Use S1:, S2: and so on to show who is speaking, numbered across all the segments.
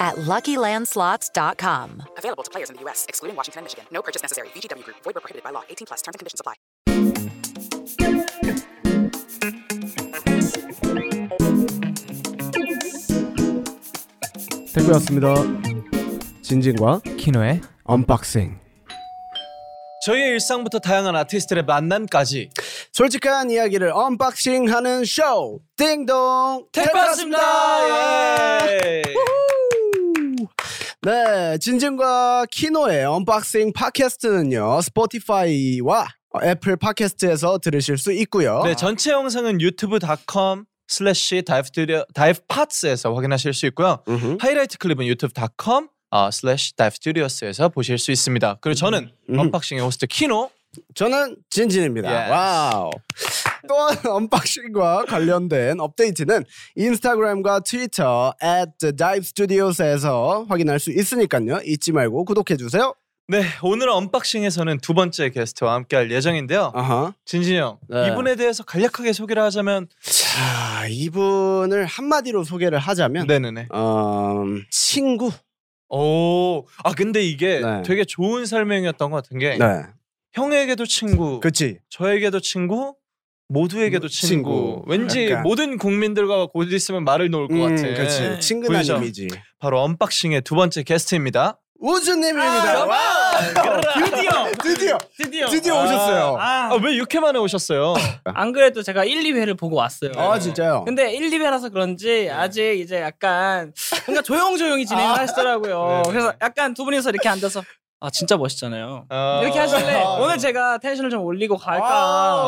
S1: at LuckyLandSlots.com.
S2: Available to players in the U.S., excluding Washington and Michigan. No purchase necessary. VGW Group. Void where prohibited by law. 18 plus. Terms and conditions apply.
S3: 택배였습니다. 진진과
S4: 키노의
S3: 언박싱.
S5: 저희의 일상부터 다양한 아티스트들의 만남까지
S3: 솔직한 이야기를 언박싱하는 쇼. 띵동 택배였습니다. 예.
S5: 예.
S3: 네, 진진과 키노의 언박싱 팟캐스트는요. 스포티파이와 애플 팟캐스트에서 들으실 수 있고요.
S5: 네, 전체 영상은 유튜브닷컴 슬래시 다이브스튜디오 다이브팟스에서 확인하실 수 있고요.
S3: 음흠.
S5: 하이라이트 클립은 유튜브닷컴 어, 슬래시 다이브스튜디오스에서 보실 수 있습니다. 그리고 저는
S3: 음.
S5: 언박싱의 호스트 키노
S3: 저는 진진입니다.
S5: Yes.
S3: 와우. 또한 언박싱과 관련된 업데이트는 인스타그램과 트위터 at the dive studios에서 확인할 수 있으니까요. 잊지 말고 구독해 주세요.
S5: 네, 오늘 언박싱에서는 두 번째 게스트와 함께할 예정인데요.
S3: 아하.
S5: 진진이 형,
S3: 네.
S5: 이분에 대해서 간략하게 소개를 하자면
S3: 자, 이분을 한마디로 소개를 하자면
S5: 네네네.
S3: 어, 친구.
S5: 오, 아 근데 이게
S3: 네.
S5: 되게 좋은 설명이었던 것 같은 게
S3: 네.
S5: 형에게도 친구,
S3: 그렇지.
S5: 저에게도 친구 모두에게도
S3: 음,
S5: 친구.
S3: 친구.
S5: 왠지
S3: 약간. 모든
S5: 모든 국민들과 곧 있으면 말을 놓을 것 네. 같아.
S3: 음, 그렇지. 친근한 이미지.
S5: 바로 언박싱의 두 번째 게스트입니다.
S3: 우주님입니다. 와!
S4: 드디어
S3: 드디어
S4: 드디어
S3: 드디어 오셨어요. 아,
S4: 아,
S5: 아, 왜 6회 만에 오셨어요?
S4: 안 그래도 제가 1, 2회를 보고 왔어요.
S3: 아, 진짜요?
S4: 아, 근데 1, 2회라서 그런지 아직 이제 약간 뭔가 조용조용히 진행을 하시더라고요.
S5: 네네.
S4: 그래서 약간 두 분이서 이렇게 앉아서 아 진짜 멋있잖아요.
S5: 아.
S4: 이렇게 하실래?
S3: 아.
S4: 오늘 제가 텐션을 좀 올리고
S3: 아,
S4: 갈까?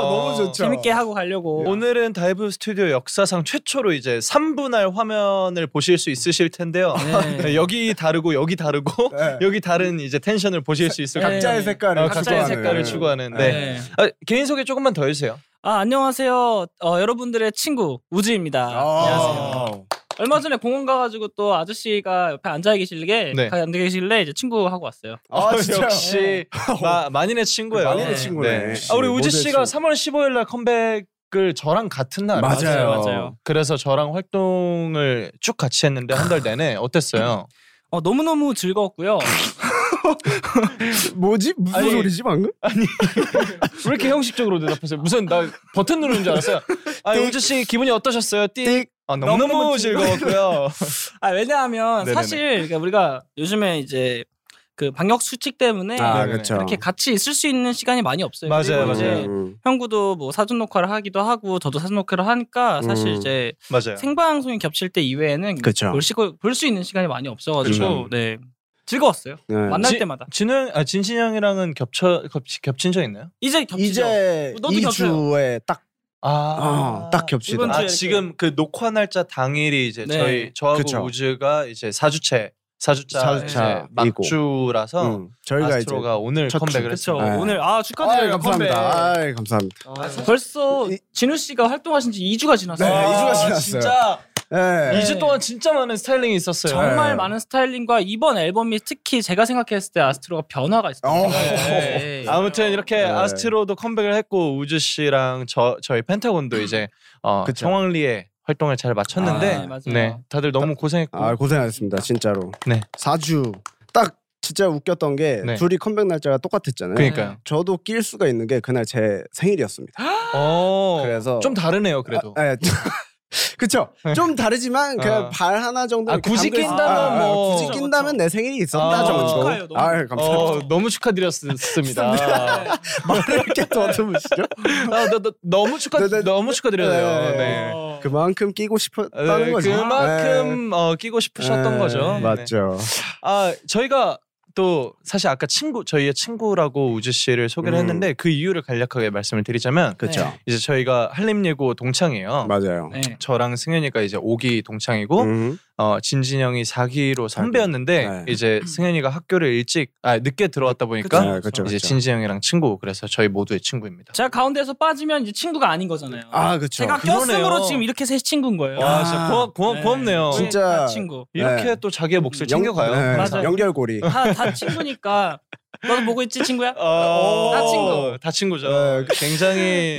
S3: 너무 좋죠.
S4: 재밌게 하고 가려고.
S5: 오늘은 다이브 스튜디오 역사상 최초로 이제 3분할 화면을 보실 수 있으실 텐데요.
S4: 네.
S5: 네, 여기 다르고 여기 다르고
S3: 네.
S5: 여기 다른 이제 텐션을 보실 수 있을
S4: 각자의
S5: 것 같아요.
S3: 색깔을
S5: 어, 각자의
S4: 추구하는.
S5: 색깔을 추구하는. 네.
S4: 네.
S5: 아, 개인 소개 조금만 더 해주세요.
S4: 아 안녕하세요. 어, 여러분들의 친구 우주입니다.
S3: 아.
S4: 안녕하세요. 얼마 전에 공원 가가지고 또 아저씨가 옆에 앉아 계실게
S5: 네.
S4: 앉아 계실래 이제 친구 하고 왔어요.
S3: 아, 진짜요? 어.
S5: 역시 마, 만인의 친구예요.
S3: 만인의
S4: 네.
S3: 친구네.
S5: 아, 우리 우지
S3: 모델
S5: 씨가
S3: 친구.
S5: 3월 15일 날 컴백을 저랑 같은 날
S3: 맞아요.
S4: 맞아요, 맞아요.
S5: 그래서 저랑 활동을 쭉 같이 했는데 한 달 내내 어땠어요?
S4: 어, 너무 너무 즐거웠고요.
S3: 뭐지? 무슨
S5: 아니,
S3: 소리지 방금?
S5: 왜 이렇게 형식적으로 대답하세요? 무슨 나 버튼 누르는 줄 알았어요. 아
S3: 띡.
S5: 우지 씨 기분이 어떠셨어요? 띡.
S3: 띡.
S5: 아, 너무너무
S4: 너무너무
S5: 즐거웠고요.
S4: 아 왜냐하면
S5: 네네네.
S4: 사실 그러니까 우리가 요즘에 이제 그 방역 수칙 때문에
S3: 아,
S5: 네네네. 네,
S3: 그렇죠.
S4: 이렇게 같이 있을 수 있는 시간이 많이 없어요.
S5: 맞아요,
S4: 그리고 이제
S3: 음,
S5: 맞아요.
S4: 형구도 뭐 사전 녹화를 하기도 하고 저도 사전 녹화를 하니까 사실
S3: 음.
S4: 이제
S5: 맞아요.
S4: 생방송이 겹칠 때 이외에는
S3: 그쵸.
S4: 볼 수 있는 시간이 많이 없어가지고
S3: 그쵸.
S4: 네 즐거웠어요.
S3: 네.
S4: 만날
S5: 지-
S4: 때마다
S5: 진우 아 진신 형이랑은 겹쳐 겹치, 겹친 적 있나요?
S4: 이제 겹치죠. 네,
S3: 이제
S4: 너도
S3: 2주에 딱
S5: 어, 아.
S3: 어, 딱 겹치다.
S4: 이번
S5: 아,
S4: 주에 이렇게-
S5: 지금 그 녹화 날짜 당일이 이제
S4: 네.
S5: 저희 저하고
S3: 그쵸.
S5: 우즈가 이제 4주째 4주차,
S3: 사주차
S5: 이제
S3: 이고.
S5: 막주라서
S3: 음, 저희가 이제
S5: 아스트로가 오늘
S3: 첫
S5: 컴백을
S4: 그렇죠.
S5: 했죠.
S3: 네.
S4: 오늘 아
S3: 아이,
S4: 축하드려요.
S3: 감사합니다.
S4: 컴백.
S3: 아이, 감사합니다.
S4: 아, 벌써
S3: 이-
S4: 진우 씨가 활동하신 지 2주가 지났어요.
S3: 네, 이 주가 지났어요.
S5: 진짜
S3: 예.
S4: 네.
S5: 2주 동안 진짜 많은 스타일링이 있었어요.
S4: 정말
S3: 네.
S4: 많은 스타일링과 이번 앨범이 특히 제가 생각했을 때 아스트로가 변화가
S3: 어.
S4: 있었어요. 네.
S5: 아무튼 이렇게
S3: 네.
S5: 아스트로도 컴백을 했고 우즈 씨랑 저 저희 펜타곤도 이제 어,
S3: 그쵸.
S5: 정황리에 활동을 잘
S4: 아,
S5: 마쳤는데
S4: 네, 맞아요.
S5: 네, 다들 너무 고생했고
S3: 아, 고생하셨습니다. 진짜로.
S5: 네.
S3: 4주. 딱 진짜 웃겼던 게
S5: 네.
S3: 둘이 컴백 날짜가 똑같았잖아요.
S5: 그러니까요.
S3: 저도 낄 수가 있는 게 그날 제 생일이었습니다.
S5: 어,
S3: 그래서-
S5: 좀 다르네요. 그래도 네.
S3: 아, 예. 그쵸. 좀 다르지만 그냥
S5: 아.
S3: 발 하나 정도.
S5: 아,
S3: 이렇게
S5: 굳이
S3: 담글 수-
S5: 낀다면
S3: 아, 아,
S5: 뭐.
S3: 굳이 낀다면 내 생일이
S5: 아,
S3: 있었다 정도.
S4: 축하해요, 너무.
S3: 아유, 감사합니다.
S5: 어, 너무 축하드렸습니다.
S3: 말을 이렇게 더듬으시죠?
S5: 아, 너, 너, 너무 축하
S3: 네, 네.
S5: 너무 축하드려요.
S3: 네.
S5: 네.
S3: 그만큼 끼고 싶었다는
S5: 네,
S3: 거죠.
S5: 그만큼
S3: 네.
S5: 어, 끼고 싶으셨던
S3: 네,
S5: 거죠. 네.
S3: 맞죠.
S5: 아 저희가 또 사실 아까 친구 저희의 친구라고 우주 씨를 소개를
S3: 음.
S5: 했는데 그 이유를 간략하게 말씀을 드리자면
S3: 그렇죠.
S4: 네.
S5: 이제 저희가 한림예고 동창이에요.
S3: 맞아요.
S4: 네.
S5: 저랑 승현이가 이제 5기 동창이고
S3: 음.
S5: 어, 진진 형이 4기로 선배였는데
S3: 네.
S5: 이제 승현이가 학교를 일찍 아 늦게 들어왔다 보니까
S3: 네, 그렇죠.
S5: 이제
S3: 그렇죠.
S5: 진진 형이랑 친구 그래서 저희 모두의 친구입니다.
S4: 제가 가운데서 빠지면 이제 친구가 아닌 거잖아요.
S3: 아 그렇죠.
S4: 제가
S5: 그러네요.
S4: 꼈으므로 지금 이렇게 셋이 친구인 거예요.
S5: 와 진짜 고맙 고맙
S4: 네.
S5: 고맙네요.
S4: 우리
S3: 아, 진짜.
S4: 다 친구.
S5: 이렇게
S3: 네.
S5: 또 자기의 몫을
S3: 영-
S5: 챙겨가요.
S3: 네,
S4: 맞아요.
S3: 연결고리.
S4: 다, 다 친구니까 너도 보고 있지 친구야?
S5: 어,
S4: 다 친구.
S5: 다 친구죠.
S3: 네.
S5: 굉장히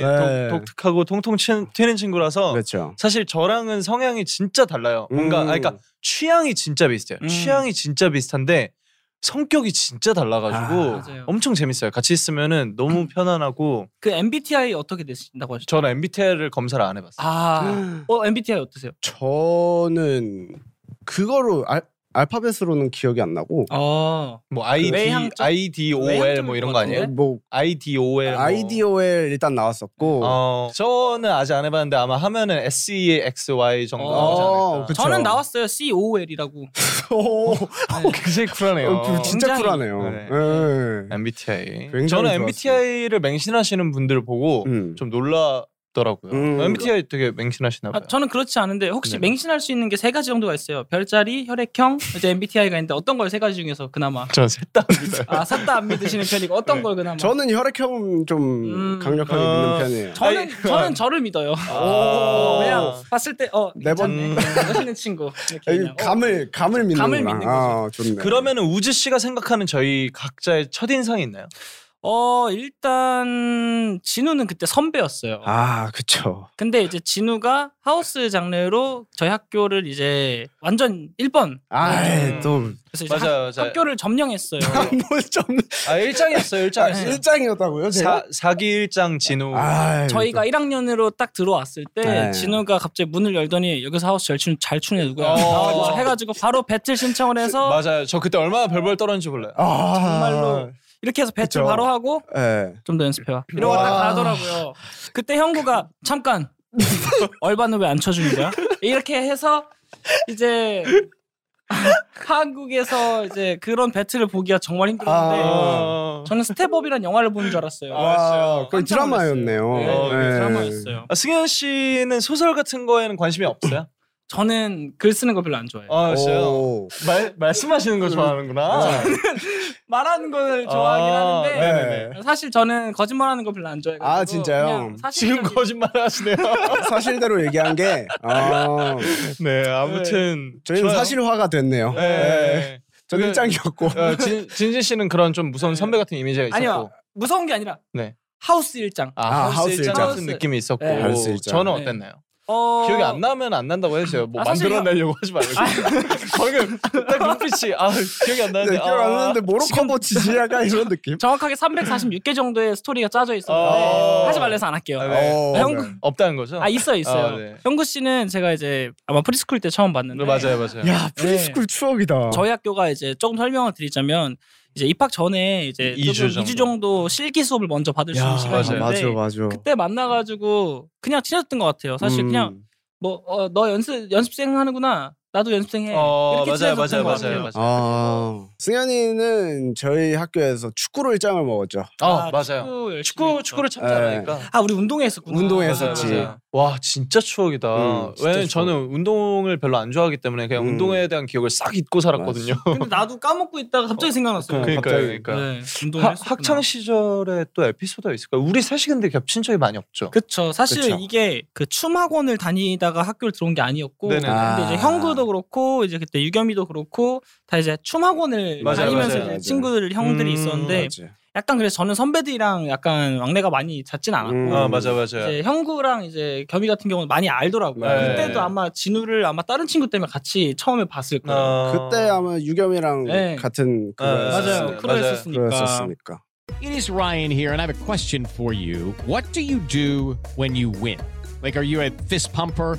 S3: 네.
S5: 독, 특하고 통통 치- 튀는 친구라서
S3: 그렇죠.
S5: 사실 저랑은 성향이 진짜 달라요. 어. 뭔가
S3: 음.
S5: 아 그러니까 취향이 진짜 비슷해요.
S4: 음.
S5: 취향이 진짜 비슷한데 성격이 진짜
S3: 아,
S5: 달라가지고
S4: 맞아요. 음.
S5: 엄청 재밌어요. 같이 있으면은 너무 편안하고
S4: 그 MBTI 어떻게 되신다고 하셨죠?
S5: 저는 MBTI를 검사를 안 해봤어요.
S4: 아, 어 MBTI 어떠세요?
S3: 음. 저는 그거로 알, 알파벳으로는 기억이 안 나고
S4: 어,
S5: 뭐 ID,
S4: 외향적-
S5: IDOL 뭐 이런 거
S4: 예?
S5: 아니에요?
S3: 뭐
S5: IDOL 뭐.
S3: 아이디어에 일단 나왔었고
S5: 어, 저는 아직 안 해봤는데 아마 하면은 SEXY 정도
S4: 어,
S5: 나오지 않을까.
S3: 그쵸.
S4: 저는 나왔어요 COL이라고.
S5: 어.
S3: 오,
S5: 굉장히 어, 쿨하네요.
S3: 어, 그 진짜
S4: 굉장히-
S3: 쿨하네요.
S5: 네.
S3: 예.
S5: MBTI.
S3: 굉장히
S5: 저는
S3: 좋았어요.
S5: MBTI를 맹신하시는 분들 보고
S3: 음.
S5: 뭐 좀 놀라더라고요. 어,
S3: 음.
S5: MBTI 되게 맹신하시나 봐요.
S4: 아, 저는 그렇지 않은데 혹시
S5: 네.
S4: 맹신할 수 있는 게 세 가지 정도가 있어요. 별자리, 혈액형, 이제 MBTI가 있는데 어떤 걸 세 가지 중에서 그나마
S5: 저는 셋다 믿어요.
S4: 아 샀다 안 믿으시는 편이고 어떤
S5: 네.
S4: 걸 그나마
S3: 저는 혈액형 좀
S4: 음.
S3: 강력하게
S5: 어.
S3: 믿는 편이에요.
S4: 저는
S5: 아이,
S4: 저는 저를 믿어요.
S5: 아.
S4: 그냥 봤을 때어
S3: 네 번-
S4: 멋있는 친구 이렇게
S3: 아니,
S4: 그냥, 어,
S3: 감을 감을 믿는
S4: 감을 믿는 거죠.
S3: 아, 좋네.
S5: 그러면은 우즈 씨가 생각하는 저희 각자의 첫 인상이 있나요?
S4: 어 일단 진우는 그때 선배였어요.
S3: 아, 그쵸.
S4: 근데 이제 진우가 하우스 장르로 저희 학교를 이제 완전 1번
S3: 아, 또
S4: 그래서 이제
S5: 맞아요,
S4: 학,
S5: 맞아요.
S4: 학교를 점령했어요.
S3: 뭘 좀.
S5: 아 일장이었어요.
S3: 아,
S5: 일장이었어요.
S3: 일장이었다고요, 제가?
S5: 사 사기 일장 진우.
S3: 아,
S4: 저희가 1학년으로 딱 들어왔을 때
S3: 네.
S4: 진우가 갑자기 문을 열더니 여기서 하우스 잘 추는 잘 추는 애 누구야?
S5: 어.
S4: 나와줘 해가지고 바로 배틀 신청을 해서
S5: 맞아요. 저 그때 얼마나 벌벌 떨었는지 몰라요.
S3: 아,
S4: 정말로 이렇게 해서 배틀
S3: 그쵸.
S4: 바로 하고
S3: 예.
S4: 좀 더 연습해와 이러고 딱
S3: 와.
S4: 가더라고요. 그때 형구가 잠깐 얼반을 왜 안 쳐주는 거야? 이렇게 해서 이제 한국에서 이제 그런 배틀을 보기가 정말 힘들었는데
S5: 아.
S4: 저는 스텝업이란 영화를 보는 줄 알았어요.
S5: 아,
S3: 와,
S5: 진짜요?
S3: 그
S4: 깜짝 놀랐어요.
S3: 드라마였네요.
S4: 네,
S5: 어,
S4: 그게
S3: 예.
S4: 드라마였어요.
S5: 아, 승현 씨는 소설 같은 거에는 관심이 없어요?
S4: 저는 글 쓰는 거 별로 안 좋아해요.
S5: 아, 진짜요?
S3: 오.
S5: 말 말씀하시는 거 좋아하는구나.
S4: 말하는 걸 좋아하긴
S5: 아,
S4: 하는데
S5: 네네네.
S4: 사실 저는 거짓말하는 거 별로 안 좋아해요.
S3: 아, 진짜요?
S5: 지금 거짓말 하시네요.
S3: 사실대로 얘기한 게 아,
S5: 네, 아무튼
S3: 저희는
S5: 좋아요.
S3: 사실화가 네. 됐네요. 예.
S5: 네. 네.
S3: 저는 일장이었고.
S5: 어, 진, 진진 씨는 그런 좀 무서운 선배 같은 이미지가 있었고.
S4: 아니요 무서운 게 아니라
S5: 네.
S4: 하우스 일장.
S5: 아,
S3: 아,
S5: 하우스
S3: 하우스
S5: 일장
S3: 일장.
S5: 같은 느낌이 있었고.
S4: 네.
S3: 하우스 일장.
S5: 저는
S4: 네.
S5: 어땠나요?
S4: 어...
S5: 기억이 안 나면 안 난다고 해주세요. 뭐
S4: 아, 사실 아, 예.
S5: 만들어 내려고 하지 말고. 방금 딱 눈빛이 아 기억이 안 나는데.
S3: 네,
S5: 아,
S3: 기억 안 나는데 모로코버 뭐 지지야가 이런 느낌.
S4: 정확하게 346개 정도의 스토리가 짜져 있었는데
S5: 어.
S4: 하지 말래서 안 할게요.
S5: 아,
S4: 아,
S5: 네.
S3: 어,
S4: 형-
S3: 네.
S5: 없다는 거죠?
S4: 있어요 있어요.
S5: 아, 네.
S4: 형구 씨는 제가 이제 아마 프리스쿨 때 처음 봤는데
S5: 네, 맞아요, 맞아요.
S3: 야 프리스쿨 추억이다.
S4: 저희 학교가 이제 조금 설명을 드리자면 이제 입학 전에 이제
S5: 이주
S4: 조금 이주
S5: 정도.
S4: 정도 실기 수업을 먼저 받을 수
S3: 야,
S4: 있는
S5: 맞아,
S4: 시간이었는데
S3: 맞아, 맞아.
S4: 그때 만나가지고 그냥 친해졌던 것 같아요. 사실
S3: 음.
S4: 그냥 뭐 너 연습 연습생 하는구나 나도 연습생 해
S5: 어
S4: 예. 이렇게
S5: 맞아요,
S4: 친해졌던
S5: 맞아요,
S4: 것 같아요.
S5: 맞아요, 맞아요.
S3: 아 승현이는 저희 학교에서 축구로 일장을 먹었죠.
S5: 아,
S4: 아,
S5: 맞아요. 그러니까
S4: 열심히
S5: 축구
S4: 했죠.
S5: 축구를 참
S3: 네.
S5: 잘하니까.
S4: 아 우리 운동했었구나.
S3: 운동했었지.
S5: 맞아요, 맞아요. 와 진짜 추억이다.
S3: 음, 진짜
S5: 왜냐면
S3: 추억.
S5: 저는 운동을 별로 안 좋아하기 때문에 그냥
S3: 음.
S5: 운동에 대한 기억을 싹 잊고 살았거든요.
S4: 근데 나도 까먹고 있다가 갑자기 생각났어요.
S5: 그러니까요,
S3: 갑자기.
S5: 그러니까.
S4: 네, 운동을
S5: 하-
S4: 했었구나.
S5: 학창 시절에 또 에피소드가 있을까요? 우리 셋이 근데 겹친 적이 많이 없죠.
S4: 그쵸. 사실
S3: 그쵸.
S4: 이게 그 춤학원을 다니다가 학교를 들어온 게 아니었고,
S5: 네네.
S4: 근데
S3: 아.
S4: 이제 형구도 그렇고 이제 그때 유겸이도 그렇고 다 이제 춤학원을
S5: 맞아요,
S4: 다니면서
S5: 맞아요,
S4: 이제
S3: 맞아요.
S4: 친구들 형들이
S5: 음,
S4: 있었는데
S3: 맞지.
S4: 약간 그래서 저는 선배들이랑 약간 왕래가 많이 잦진 않았고.
S3: 음.
S5: 아 맞아 맞아.
S4: 이제 형구랑 이제 겸이 같은 경우는 많이 알더라고요.
S3: 네.
S4: 그때도 아마 진우를 아마 다른 친구 때문에 같이 처음에 봤을 거예요.
S3: 그때 아마 유겸이랑
S4: 네.
S3: 같은
S5: 맞아요.
S4: 맞아요. 뭐 그러니까.
S5: 맞아요.
S4: 크루였었으니까.
S3: 그랬었으니까.
S6: It is Ryan here, and I have a question for you. What do you do when you win? Like, are you a fist pumper?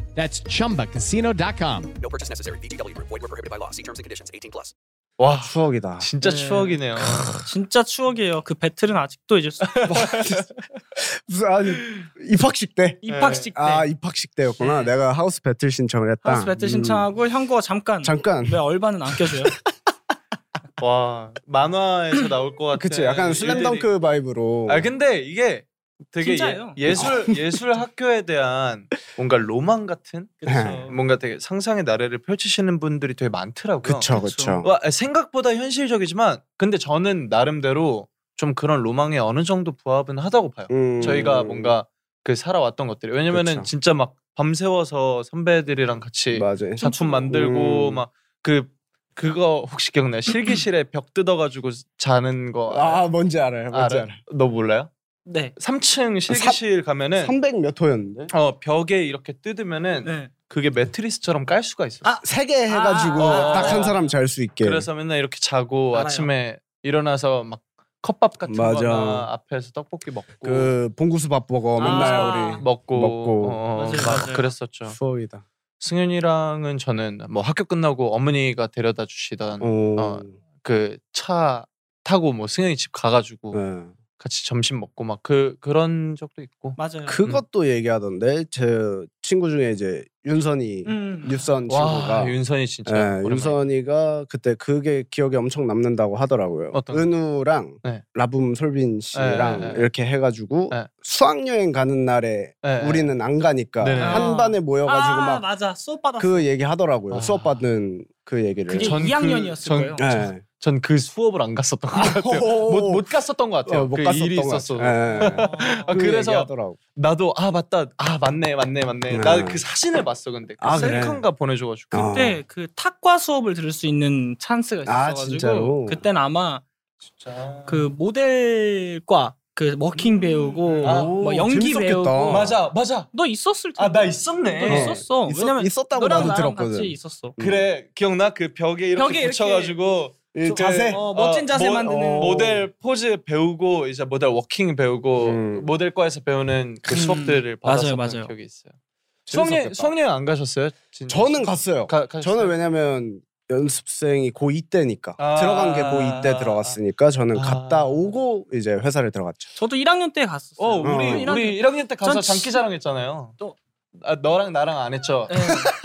S6: That's chumbacasino.com.
S2: No purchase necessary. VGW Group. Void were prohibited by law. See terms and conditions. 18 plus.
S5: 와
S3: 추억이다.
S5: 진짜
S4: 네.
S5: 추억이네요.
S4: 진짜 추억이에요. 그 배틀은 아직도 잊을 수.
S5: 네.
S4: 없어요.
S3: 무슨 아니 입학식 때.
S4: 네. 입학식 때 네.
S3: 아 입학식 때였구나. 내가 하우스 배틀 신청을 했다.
S4: 하우스 배틀
S3: 음.
S4: 신청하고 현구가 잠깐
S3: 잠깐. 네.
S4: 왜 얼반은 안 껴줘요?
S5: 와 만화에서 나올 것 같은.
S4: 네.
S3: 그치 약간 슬램덩크 바이브로.
S5: 아 근데 이게 되게
S4: 진짜예요.
S5: 예, 술 예술 학교에 대한 뭔가 로망 같은
S4: 그렇죠.
S3: 뭐
S5: 뭔가 되게 상상의 나래를 펼치시는 분들이 되게 많더라고요.
S3: 그쵸 그쵸.
S5: 와, 생각보다 현실적이지만 근데 저는 나름대로 좀 그런 로망에 어느 정도 부합은 하다고 봐요.
S3: 음.
S5: 저희가 뭔가 그 살아왔던 것들이 왜냐면은
S3: 그쵸.
S5: 진짜 막 밤새워서 선배들이랑 같이
S3: 맞아.
S5: 작품 만들고
S3: 음.
S5: 막 그 그거 혹시 기억나? 요 실기실에 벽 뜯어가지고 자는 거
S3: 아 뭔지 알아요. 뭔지
S5: 알아?
S3: 알아.
S5: 너 몰라요?
S4: 네.
S5: 3층 실기실 가면은
S3: 300몇 호였는데.
S5: 어 벽에 이렇게 뜯으면은
S4: 네.
S5: 그게 매트리스처럼 깔 수가 있어. 요
S3: 아, 세 개 해가지고
S5: 아,
S3: 딱 한
S5: 아.
S3: 사람 잘 수 있게.
S5: 그래서 맨날 이렇게 자고
S4: 알아요.
S5: 아침에 일어나서 막 컵밥 같은
S3: 맞아.
S5: 거나 앞에서 떡볶이 먹고
S3: 그 봉구수 밥버거
S4: 아.
S3: 맨날 우리
S5: 먹고,
S3: 먹고.
S5: 어,
S4: 맞아요,
S5: 막
S4: 맞아요.
S5: 그랬었죠.
S3: 수업이다.
S5: 승윤이랑은 저는 뭐 학교 끝나고 어머니가 데려다 주시던
S3: 오.
S5: 어, 그 차 타고 뭐 승현이 집 가가지고
S3: 네.
S5: 같이 점심 먹고 막 그 그런 적도 있고
S3: 음,
S4: 맞아요.
S5: 음.
S3: 그것도 얘기하던데 제 친구 중에 이제 윤선이
S4: 음.
S3: 윤선 친구가
S5: 와 윤선이 진짜
S3: 예,
S5: 오랜만에.
S3: 윤선이가 그때 그게 기억에 엄청 남는다고 하더라고요.
S5: 어떤 거?
S3: 은우랑
S5: 네.
S3: 라붐 솔빈 씨랑
S5: 네, 네, 네.
S3: 이렇게 해가지고
S5: 네.
S3: 수학여행 가는 날에
S5: 네, 네.
S3: 우리는 안 가니까
S5: 네, 네.
S3: 한 반에 모여가지고
S4: 아
S3: 막
S4: 맞아 수업 받았어.
S3: 그 얘기 하더라고요.
S5: 아.
S3: 수업 받는 그 얘기를.
S4: 그게
S5: 전 그-
S4: 2학년이었을
S5: 전-
S4: 거예요.
S3: 예.
S5: 전 그 수업을 안 갔었던 것 같아요. 못, 못 갔었던 것 같아요.
S3: 어, 못
S5: 그
S3: 갔었던
S5: 일이
S3: 것 같아요.
S5: 있었어.
S3: 예.
S5: 아,
S4: 어.
S3: 그
S5: 그래서
S3: 얘기하더라고.
S5: 나도 아 맞다. 아 맞네 맞네 맞네. 나
S3: 음.
S5: 그 사진을 봤어 근데 그
S3: 아, 그래?
S5: 셀카인가 보내줘가지고
S3: 어.
S4: 그때 그 탁과 수업을 들을 수 있는 찬스가
S3: 아,
S4: 있었어가지고
S3: 진짜로?
S4: 그땐 아마
S5: 진짜
S4: 그 모델과 그 워킹 배우고
S5: 아,
S4: 뭐
S3: 음. 오,
S4: 연기
S3: 재밌었겠다.
S4: 배우고
S5: 맞아 맞아.
S4: 너 있었을 텐데
S5: 아 나
S4: 너
S5: 있었네.
S3: 어.
S4: 있었어
S3: 있었-
S4: 왜냐면
S3: 있었다고
S4: 너랑
S3: 나도
S4: 나랑
S3: 들었거든.
S4: 같이 있었어
S5: 그래 기억나 그 벽에 이렇게
S4: 벽에 이렇게
S5: 붙여가지고
S3: 이
S5: 그,
S3: 자세?
S4: 어, 멋진 자세
S5: 모-
S4: 만드는
S3: 어.
S5: 모델 포즈 배우고 이제 모델 워킹 배우고
S3: 음.
S5: 모델과에서 배우는 그
S4: 음.
S5: 수업들을
S4: 맞아요,
S5: 받았었던
S4: 맞아요.
S5: 기억이 있어요. 수학여행 수학여행 안 가셨어요? 진-
S3: 저는 갔어요.
S5: 가- 가셨어요?
S3: 저는 왜냐면 연습생이 고2 때니까
S5: 아.
S3: 들어간 게 고2 때 들어갔으니까 저는
S5: 아.
S3: 갔다 오고 이제 회사를 들어갔죠.
S4: 저도 1학년 때 갔었어요
S5: 어 우리
S3: 어.
S5: 우리 1학년 때 가서
S4: 전 진-
S5: 장기자랑 했잖아요.
S4: 또-
S5: 아, 너랑 나랑 안 했죠.
S4: 네.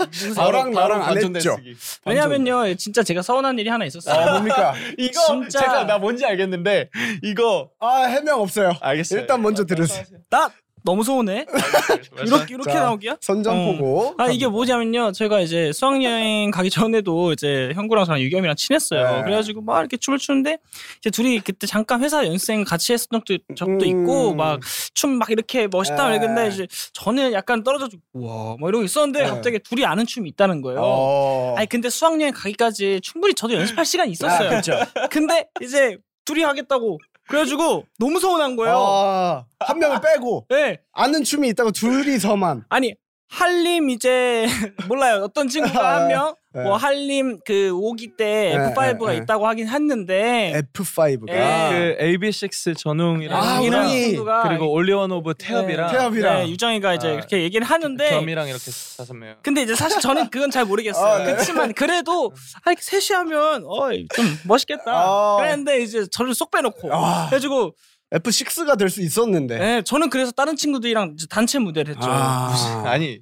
S4: 무슨
S3: 바로- 너랑
S4: 생각-
S3: 나랑 안
S5: 반전
S3: 했죠?
S5: 내 쓰기.
S4: 왜냐면요 진짜 제가 서운한 일이 하나
S3: 아
S4: 있었어요
S3: 뭡니까?
S5: 이거
S4: 진짜-
S5: 제가 나 뭔지 알겠는데 이거
S3: 아 해명 없어요.
S5: 알겠어요.
S3: 일단 먼저 들으세요.
S4: 나 너무 서운해
S3: 아,
S4: 이렇게 이렇게
S3: 자,
S4: 나오기야
S3: 선전포고.
S4: 아 이게 뭐냐면요 제가 이제 수학여행 가기 전에도 이제 형구랑 저랑 유겸이랑 친했어요
S3: 네.
S4: 그래가지고 막 이렇게 춤을 추는데 이제 둘이 그때 잠깐 회사 연습생 같이 했던 적도,
S3: 음.
S4: 적도 있고 막 춤 막 이렇게 멋있다
S3: 네.
S4: 그랬는데 이제 저는 약간 떨어져서 우와 막 이러고 있었는데
S3: 네.
S4: 갑자기 둘이 아는 춤이 있다는 거예요
S3: 어.
S4: 아니 근데 수학여행 가기까지 충분히 저도 연습할 시간이
S3: 아,
S4: 있었어요
S3: 그쵸.
S4: 근데 이제 둘이 하겠다고 그래가지고 너무 서운한 거예요
S3: 아, 한 명을 빼고
S4: 예
S3: 아는 춤이 있다고 둘이서만.
S4: 아니 한림 이제 몰라요 어떤 친구가 한 명
S3: 네.
S4: 뭐 한림 그 오기 때
S3: 네,
S4: F5가
S3: 네, 네.
S4: 있다고 하긴 했는데
S3: F5가
S4: 예.
S5: 그 AB6 전웅이랑
S3: 아,
S4: 이런
S3: 우리.
S4: 친구가
S5: 그리고 올리원 오브 태엽이랑
S3: 태엽. 태엽이랑.
S4: 네, 유정이가 이제
S5: 아,
S4: 이렇게 얘기를 하는데
S5: 겸이랑 이렇게 다섯 명.
S4: 근데 이제 사실 저는 그건 잘 모르겠어요.
S3: 아, 네.
S4: 그렇지만 그래도 아, 이렇게 셋이 하면 어이, 좀 멋있겠다.
S3: 아.
S4: 그랬는데 이제 저를 쏙 빼놓고
S3: 아.
S4: 해가지고
S3: F6가 될 수 있었는데.
S4: 네, 저는 그래서 다른 친구들이랑 이제 단체 무대를 했죠.
S3: 아.
S5: 아니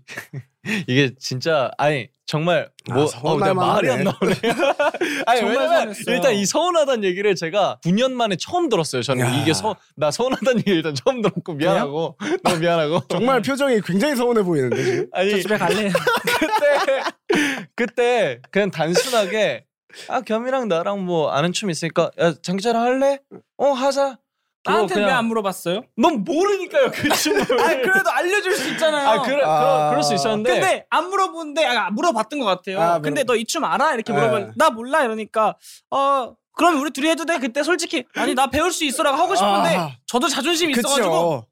S5: 이게 진짜 아니 정말 뭐 어,
S3: 서운할
S5: 내가 말이 안
S3: 만하네.
S5: 나오네. 아니
S4: 정말
S5: 왜냐면
S4: 서운했어요.
S5: 일단 이 서운하다는 얘기를 제가 9년 만에 처음 들었어요. 저는
S3: 야.
S5: 이게 서, 나 서운하다는 얘기 일단 처음 들었고 미안하고 너무 미안하고
S3: 정말 표정이 굉장히 서운해 보이는데 지금.
S5: 아니
S4: 저 집에 갈래요.
S5: 그때 그때 그냥 단순하게 아 겸이랑 나랑 뭐 아는 춤 있으니까 야 장기자랑 할래? 어 하자.
S4: 나한테
S5: 그냥-
S4: 왜안 물어봤어요?
S5: 넌 모르니까요 그 춤을.
S4: 아 그래도 알려줄 수 있잖아요.
S5: 아 그래
S3: 아.
S5: 그럴- 그럴 수 있었는데
S4: 근데 안 물어보는데 아, 물어봤던 것 같아요.
S3: 아,
S4: 근데
S3: 물어-
S4: 너 이 춤 알아? 이렇게
S3: 네.
S4: 물어보면 나 몰라 이러니까 어 그럼 우리 둘이 해도 돼? 그때 솔직히 아니 나 배울 수 있어라고 하고 싶은데
S3: 아.
S4: 저도 자존심이 있어가지고
S3: 그쵸.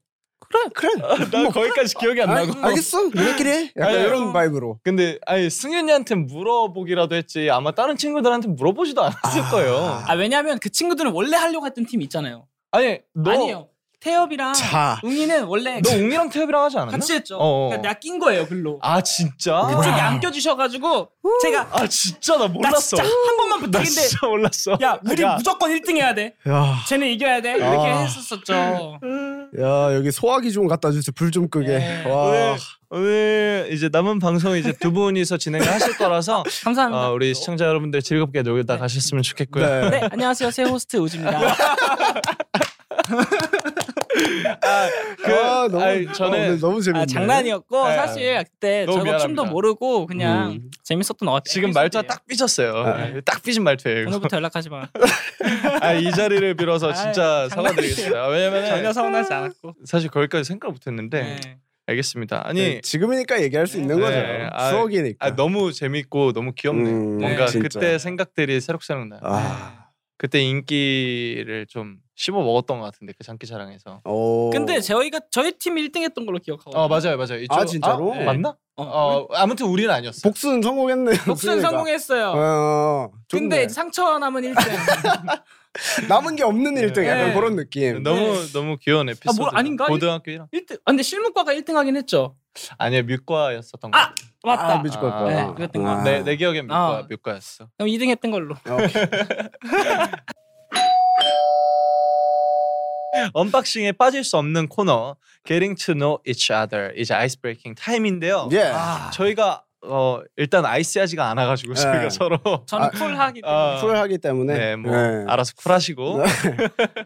S3: 그래 그래.
S5: 나 거기까지 기억이 안
S3: 아,
S5: 나고.
S3: 알겠어. 너희끼리 해. 약간
S5: 아니,
S3: 이런 바이브로.
S5: 근데 아니 승윤이한테 물어보기라도 했지 아마 다른 친구들한테 물어보지도 않았을 거예요.
S4: 아 왜냐하면 그 친구들은 원래 하려고 했던 팀 있잖아요.
S5: 아니 너
S4: 아니에요. 태엽이랑
S3: 자.
S4: 웅이는 원래
S5: 너 웅이랑 태엽이랑 하지 않았나?
S4: 같이 했죠.
S5: 어, 어.
S4: 그러니까 내가 낀 거예요 글로.
S5: 아 진짜?
S4: 그쪽이 안 껴주셔가지고 제가
S5: 아 진짜 나
S4: 나
S5: 몰랐어.
S4: 진짜 한 번만
S5: 나
S4: 부탁인데
S5: 진짜 몰랐어.
S4: 야 우리
S5: 야,
S4: 무조건 1등 해야 돼.
S3: 야,
S4: 쟤는 이겨야 돼. 이렇게
S3: 아.
S4: 했었었죠.
S3: 야 여기 소화기 좀 갖다 주세요. 불 좀 끄게.
S4: 네.
S3: 와.
S5: 오늘, 오늘 이제 남은 방송 이제 두 분이서 진행을 하실 거라서
S4: 감사합니다.
S5: 어, 우리 시청자 여러분들 즐겁게 놀다 가셨으면 좋겠고요.
S3: 네.
S4: 네, 안녕하세요. 새 호스트 우지입니다.
S5: 그,
S3: 아, 너무
S5: 아니, 저는
S3: 오늘 너무 재밌네.
S4: 아, 장난이었고
S5: 네.
S4: 사실 그때
S5: 너무
S4: 저도 춤도
S5: 미안합니다. 음.
S4: 모르고 그냥 재밌었던 어
S5: 지금 말투가 딱 삐졌어요.
S3: 네.
S5: 딱 삐진 말투예요. 이거.
S4: 오늘부터 연락하지 마.
S5: 아, 이 자리를 빌어서
S4: 아이,
S5: 진짜 사과드리겠습니다. 왜냐면
S4: 전혀 서운하지 않았고.
S5: 사실 거기까지 생각 못했는데
S4: 네.
S5: 알겠습니다. 아니
S3: 네, 지금이니까 얘기할 수 있는
S5: 네,
S3: 거죠.
S5: 아,
S3: 추억이니까.
S5: 아, 너무 재밌고 너무 귀엽네. 요
S3: 음,
S5: 뭔가
S3: 진짜.
S5: 그때 생각들이 새록새록 나요.
S4: 네.
S3: 아.
S5: 그때 인기를 좀 씹어 먹었던 것 같은데 그 장기자랑에서.
S3: 오.
S4: 근데 저희가 저희 팀 1등했던 걸로 기억하고.
S5: 어 맞아요 맞아요. 이쪽-
S3: 아, 진짜로?
S5: 아, 맞나?
S4: 어.
S5: 어 아무튼 우리는 아니었어.
S3: 복수는 성공했네요.
S4: 복수는
S3: 그러니까.
S4: 성공했어요.
S3: 어, 좋네.
S4: 근데 상처 남은 1등.
S3: 남은 게 없는 일등 약간
S4: 네.
S3: 그런 느낌.
S5: 너무 너무 귀여운 에피소드.
S4: 뭘 아닌가?
S5: 고등학교 1학.
S4: 1등. 아, 근데 실무과가 1등 하긴 했죠.
S5: 아니야 뮤과였었던 거.
S4: 아! 맞다.
S3: 아, 뮤지컬
S5: 아,
S3: 거.
S4: 네, 그랬던 거.
S3: 아.
S5: 내, 내 기억엔 뮤과
S4: 아.
S5: 뮤과였어.
S4: 그럼 2등 했던 걸로.
S3: 오케이.
S5: 언박싱에 빠질 수 없는 코너 Getting to Know Each Other 이제 아이스 브레이킹 타임인데요.
S3: 예.
S6: 아.
S5: Ah. 저희가 어, 일단 아이스하지가 않아가지고
S3: 네.
S5: 저희가 서로
S4: 저는
S3: 아,
S4: 쿨하기 때문에.
S5: 아,
S3: 쿨하기 때문에.
S5: 네, 뭐
S3: 네.
S5: 알아서 쿨하시고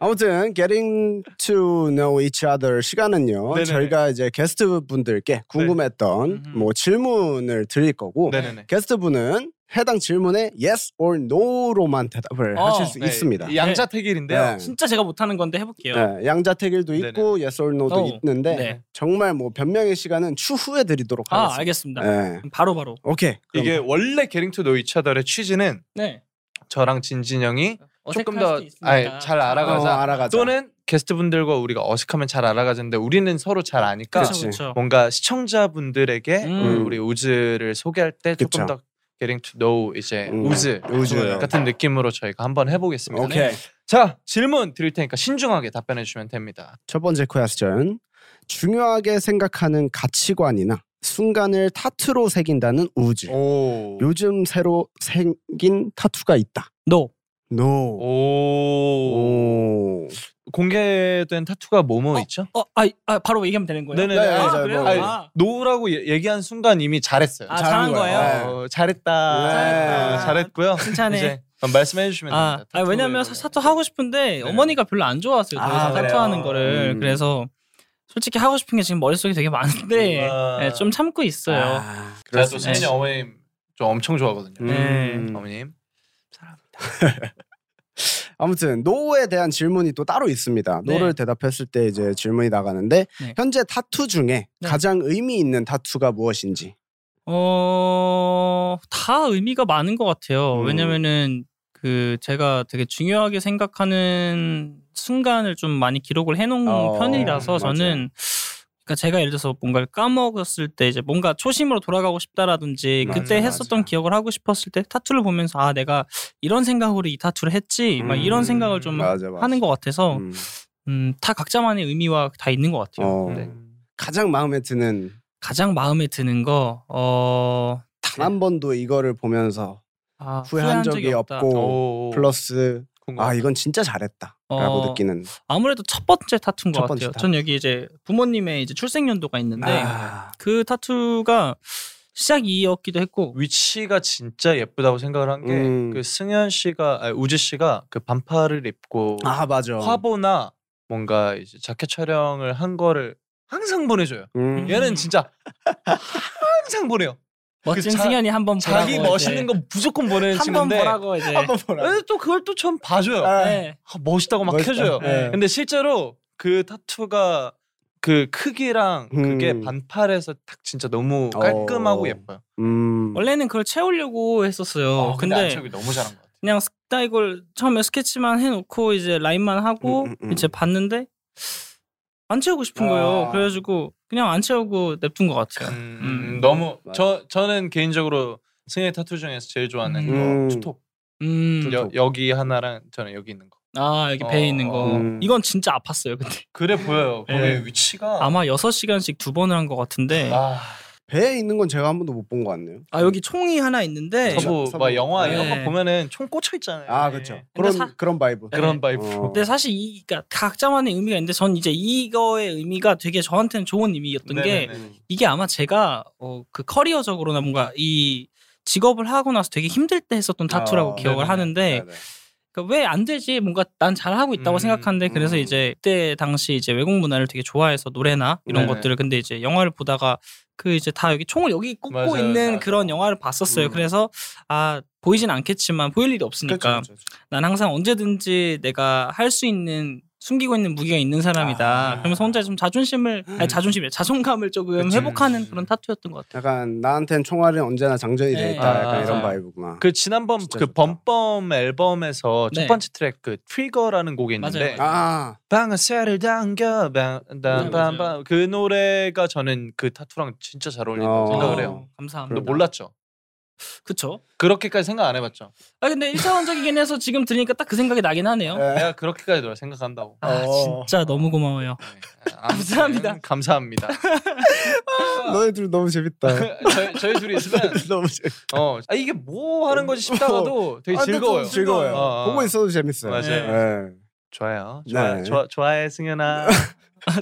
S3: 아무튼 getting to know each other 시간은요.
S5: 네네네.
S3: 저희가 이제 게스트 분들께 궁금했던
S5: 음흠.
S3: 뭐 질문을 드릴 거고
S5: 네네네.
S3: 게스트 분은 해당 질문에 yes or no로만 대답을
S4: 어,
S3: 하실 수
S5: 네,
S3: 있습니다.
S5: 이 양자택일인데요.
S3: 네.
S4: 진짜 제가 못하는 건데 해볼게요.
S3: 네, 양자택일도 있고 yes or no도
S4: 어,
S3: 있는데
S4: 네.
S3: 정말 뭐 변명의 시간은 추후에 드리도록
S4: 아,
S3: 하겠습니다.
S4: 알겠습니다.
S3: 네.
S4: 바로 바로.
S3: 오케이. 그럼
S5: 이게 원래 Getting to Know Each Other의 취지는
S4: 네.
S5: 저랑 진진 형이 조금
S4: 어색할
S5: 더
S4: 수도 있으니까.
S5: 아니, 잘 알아가자.
S3: 어, 알아가자.
S5: 또는 게스트분들과 우리가 어색하면 잘 알아가는데 우리는 서로 잘 아니까
S3: 그치.
S4: 그렇죠, 그렇죠.
S5: 뭔가 시청자분들에게 그
S4: 음.
S5: 우리 우즈를 소개할 때 조금
S3: 그쵸.
S5: 더 Getting to Know 이제
S3: 음,
S5: 우즈
S3: 우즈.
S5: 같은 느낌으로 저희가 한번 해보겠습니다.
S3: 오케이.
S5: 자 질문 드릴 테니까 신중하게 답변해 주시면 됩니다.
S3: 첫 번째 퀘스천. 중요하게 생각하는 가치관이나 순간을 타투로 새긴다는 우주.
S5: 오.
S3: 요즘 새로 생긴 타투가 있다.
S4: 노.
S3: No.
S5: 오.
S3: 오.
S5: 공개된 타투가 뭐뭐 있죠?
S4: 어, 아, 아, 바로 얘기하면 되는 거예요?
S5: 네네네.
S3: 네,
S4: 아,
S3: 네,
S4: 그래요?
S3: 뭐.
S4: 아,
S5: 노라고 얘- 얘기한 순간 이미 잘했어요.
S4: 아, 잘한 거예요?
S3: 거예요.
S5: 어, 잘했다. 어,
S3: 네.
S5: 잘했다. 잘했고요.
S4: 칭찬해.
S5: 이제 그럼 말씀해 주시면
S4: 네. 아,
S5: 됩니다.
S4: 아,
S5: 타투
S4: 왜냐면
S5: 이런 거.
S4: 타투 하고 싶은데 어머니가 별로 안 좋아하세요. 더
S5: 네. 아,
S4: 이상
S5: 그래요?
S4: 타투하는 거를.
S3: 음.
S4: 그래서 솔직히 하고 싶은 게 지금 머릿속에 되게 많은데
S5: 우와.
S4: 네, 좀 참고 있어요.
S3: 아, 음.
S5: 제가 또
S4: 그렇습니다.
S5: 세니 어머님 좀 엄청 좋아하거든요.
S4: 네.
S5: 어머님.
S3: 아무튼 노에 대한 질문이 또 따로 있습니다.
S4: 네.
S3: 노를 대답했을 때 이제 질문이 나가는데
S4: 네.
S3: 현재 타투 중에
S4: 네.
S3: 가장 의미 있는 타투가 무엇인지.
S4: 어, 다 의미가 많은 것 같아요.
S3: 음.
S4: 왜냐면은 그 제가 되게 중요하게 생각하는 순간을 좀 많이 기록을 해놓은
S3: 어, 맞아요.
S4: 편이라서 저는 그러니까 제가 예를 들어서 뭔가를 까먹었을 때 이제 뭔가 초심으로 돌아가고 싶다라든지
S3: 맞아,
S4: 그때
S3: 맞아.
S4: 했었던 기억을 하고 싶었을 때 타투를 보면서 아 내가 이런 생각으로 이 타투를 했지 막
S5: 음,
S4: 이런 생각을 좀
S3: 맞아, 맞아.
S4: 하는 것 같아서
S5: 어.
S3: 음.
S4: 음, 다 각자만의 의미와 다 있는 것 같아요.
S3: 어.
S5: 네.
S3: 가장 마음에 드는
S4: 가장 마음에 드는 거 어.
S3: 단
S5: 네.
S3: 한 번도 이거를 보면서
S4: 아,
S3: 후회한 적이
S4: 없다.
S3: 없고
S5: 오. 뭐.
S3: 플러스
S5: 궁금하다.
S3: 아 이건 진짜 잘했다라고
S4: 어,
S3: 느끼는.
S4: 아무래도 첫 번째 타투인 것
S3: 첫 번째 아.
S4: 같아요.
S3: 타투.
S4: 네. 전 여기 이제 부모님의 이제 출생 연도가 있는데
S3: 아.
S4: 그 타투가 시작이었기도 했고
S5: 위치가 진짜 예쁘다고 생각을 한 게 그
S3: 음.
S5: 승현 씨가 아니, 우지 씨가 그 반팔을 입고
S3: 아 맞아.
S5: 화보나 뭔가 이제 자켓 촬영을 한 거를 항상 보내줘요.
S3: 음.
S5: 얘는 진짜 항상 보내요.
S4: 멋진
S5: 자-
S4: 승현이 한번 보라고
S5: 자기 멋있는 거 무조건 보내는
S4: 한번
S5: 친구인데
S4: 보라고 이제
S3: 한번 보라.
S5: 근데 또 그걸 또 처음 봐줘요.
S3: 아,
S4: 네.
S5: 아, 멋있다고 막
S3: 멋있다.
S5: 해줘요.
S3: 네.
S5: 근데 실제로 그 타투가 그 크기랑 그게
S3: 음.
S5: 반팔에서 딱 진짜 너무 깔끔하고
S3: 어.
S5: 예뻐요.
S3: 음.
S4: 원래는 그걸 채우려고 했었어요.
S5: 어, 근데
S4: 근데
S5: 안착이 너무 잘한 것 같아요.
S4: 그냥 스타이걸 처음에 스케치만 해놓고 이제 라인만 하고
S3: 음, 음, 음.
S4: 이제 봤는데 안 채우고 싶은 거예요.
S3: 아.
S4: 그래가지고 그냥 안 채우고 냅둔 것 같아요.
S5: 음, 너무
S3: 맞아.
S5: 저 저는 개인적으로 승희 타투 중에서 제일 좋아하는
S3: 음.
S5: 거 투톱
S4: 음.
S5: 여, 여기 하나랑 저는 여기 있는 거
S4: 아 여기 배에 있는 거.
S3: 음.
S4: 이건 진짜 아팠어요. 근데
S5: 그래 보여요 거기
S4: 예.
S5: 위치가
S4: 아마 6시간씩 두 번을 한 것 같은데
S5: 어. 아,
S3: 배에 있는 건 제가 한 번도 못 본 것 같네요.
S4: 아 여기 총이 하나 있는데
S3: 서부.
S5: 음. 네, 저뭐 막 영화 이런
S4: 예.
S5: 거 보면은 총 꽂혀 있잖아요 네.
S3: 아 그렇죠.
S4: 근데
S3: 그런
S4: 사-
S3: 그런 바이브.
S5: 네. 그런 바이브
S3: 어.
S4: 근데 사실 이 그러니까 각자만의 의미가 있는데 전 이제 이거의 의미가 되게 저한테는 좋은 의미였던 게
S3: 음.
S5: 네네네.
S4: 이게 아마 제가 어, 그 커리어적으로나 뭔가 이 직업을 하고 나서 되게 힘들 때 했었던 타투라고
S3: 아,
S4: 기억을
S5: 네네네.
S4: 하는데 그러니까
S3: 네네.
S4: 왜 안 되지 뭔가 난 잘하고 있다고
S5: 음,
S4: 생각하는데 그래서
S3: 음.
S4: 이제 그때 당시 이제 외국 문화를 되게 좋아해서 노래나 이런
S5: 네네.
S4: 것들을 근데 이제 영화를 보다가 그 이제 다 여기 총을 여기 꽂고
S5: 맞아요,
S4: 있는
S5: 맞아요.
S4: 그런 영화를 봤었어요
S5: 음.
S4: 그래서 아 보이진 않겠지만 보일 일이 없으니까
S3: 그쵸, 그쵸, 그쵸.
S4: 난 항상 언제든지 내가 할 수 있는 숨기고 있는 무기가 있는 사람이다.
S3: 아.
S4: 그러면서 혼자 좀 자존심을 아니 자존심이 자존감을 조금
S5: 음. 그치.
S4: 회복하는 그런 타투였던 것 같아요.
S3: 약간 나한텐 총알은 언제나 장전이 돼 있다.
S5: 네.
S3: 약간 이런
S5: 아.
S3: 바이브구나.
S5: 그 지난번
S3: 진짜
S5: 그
S3: 좋다.
S5: 범범 앨범에서
S4: 네.
S5: 첫 번째 트랙 그 트리거라는 곡이
S4: 맞아요,
S5: 있는데
S4: 맞아요.
S3: 아
S5: 방아쇠를 당겨
S4: 네, 맞아요, 맞아요.
S5: 방방그 노래가 저는 그 타투랑 진짜 잘 어울린다고
S3: 어.
S5: 생각을 해요. 뭐-
S4: 아, 감사합니다.
S5: 너
S3: 그런가?
S5: 몰랐죠?
S4: 그쵸?
S5: 그렇게까지 생각 안 해봤죠?
S4: 아 근데 1차원적이긴 해서 지금 들으니까 딱 그 생각이 나긴 하네요.
S3: 네.
S5: 내가 그렇게까지 노래 생각한다고.
S4: 아
S3: 어.
S4: 진짜 너무 고마워요.
S5: 네. 아무튼
S4: 감사합니다.
S5: 감사합니다. 그,
S3: 너희 둘 너무 재밌다.
S5: 저희, 저희 둘이 있으면
S3: 너무 재밌.
S5: 어 아, 이게 뭐 하는 거지 싶다가도 되게
S3: 아, 근데
S5: 즐거워요.
S3: 좀 즐거워요.
S5: 어, 어.
S3: 보고 있어도 재밌어요.
S5: 맞아요.
S3: 네.
S5: 좋아요.
S3: 네.
S5: 좋아, 좋아 좋아해 승현아.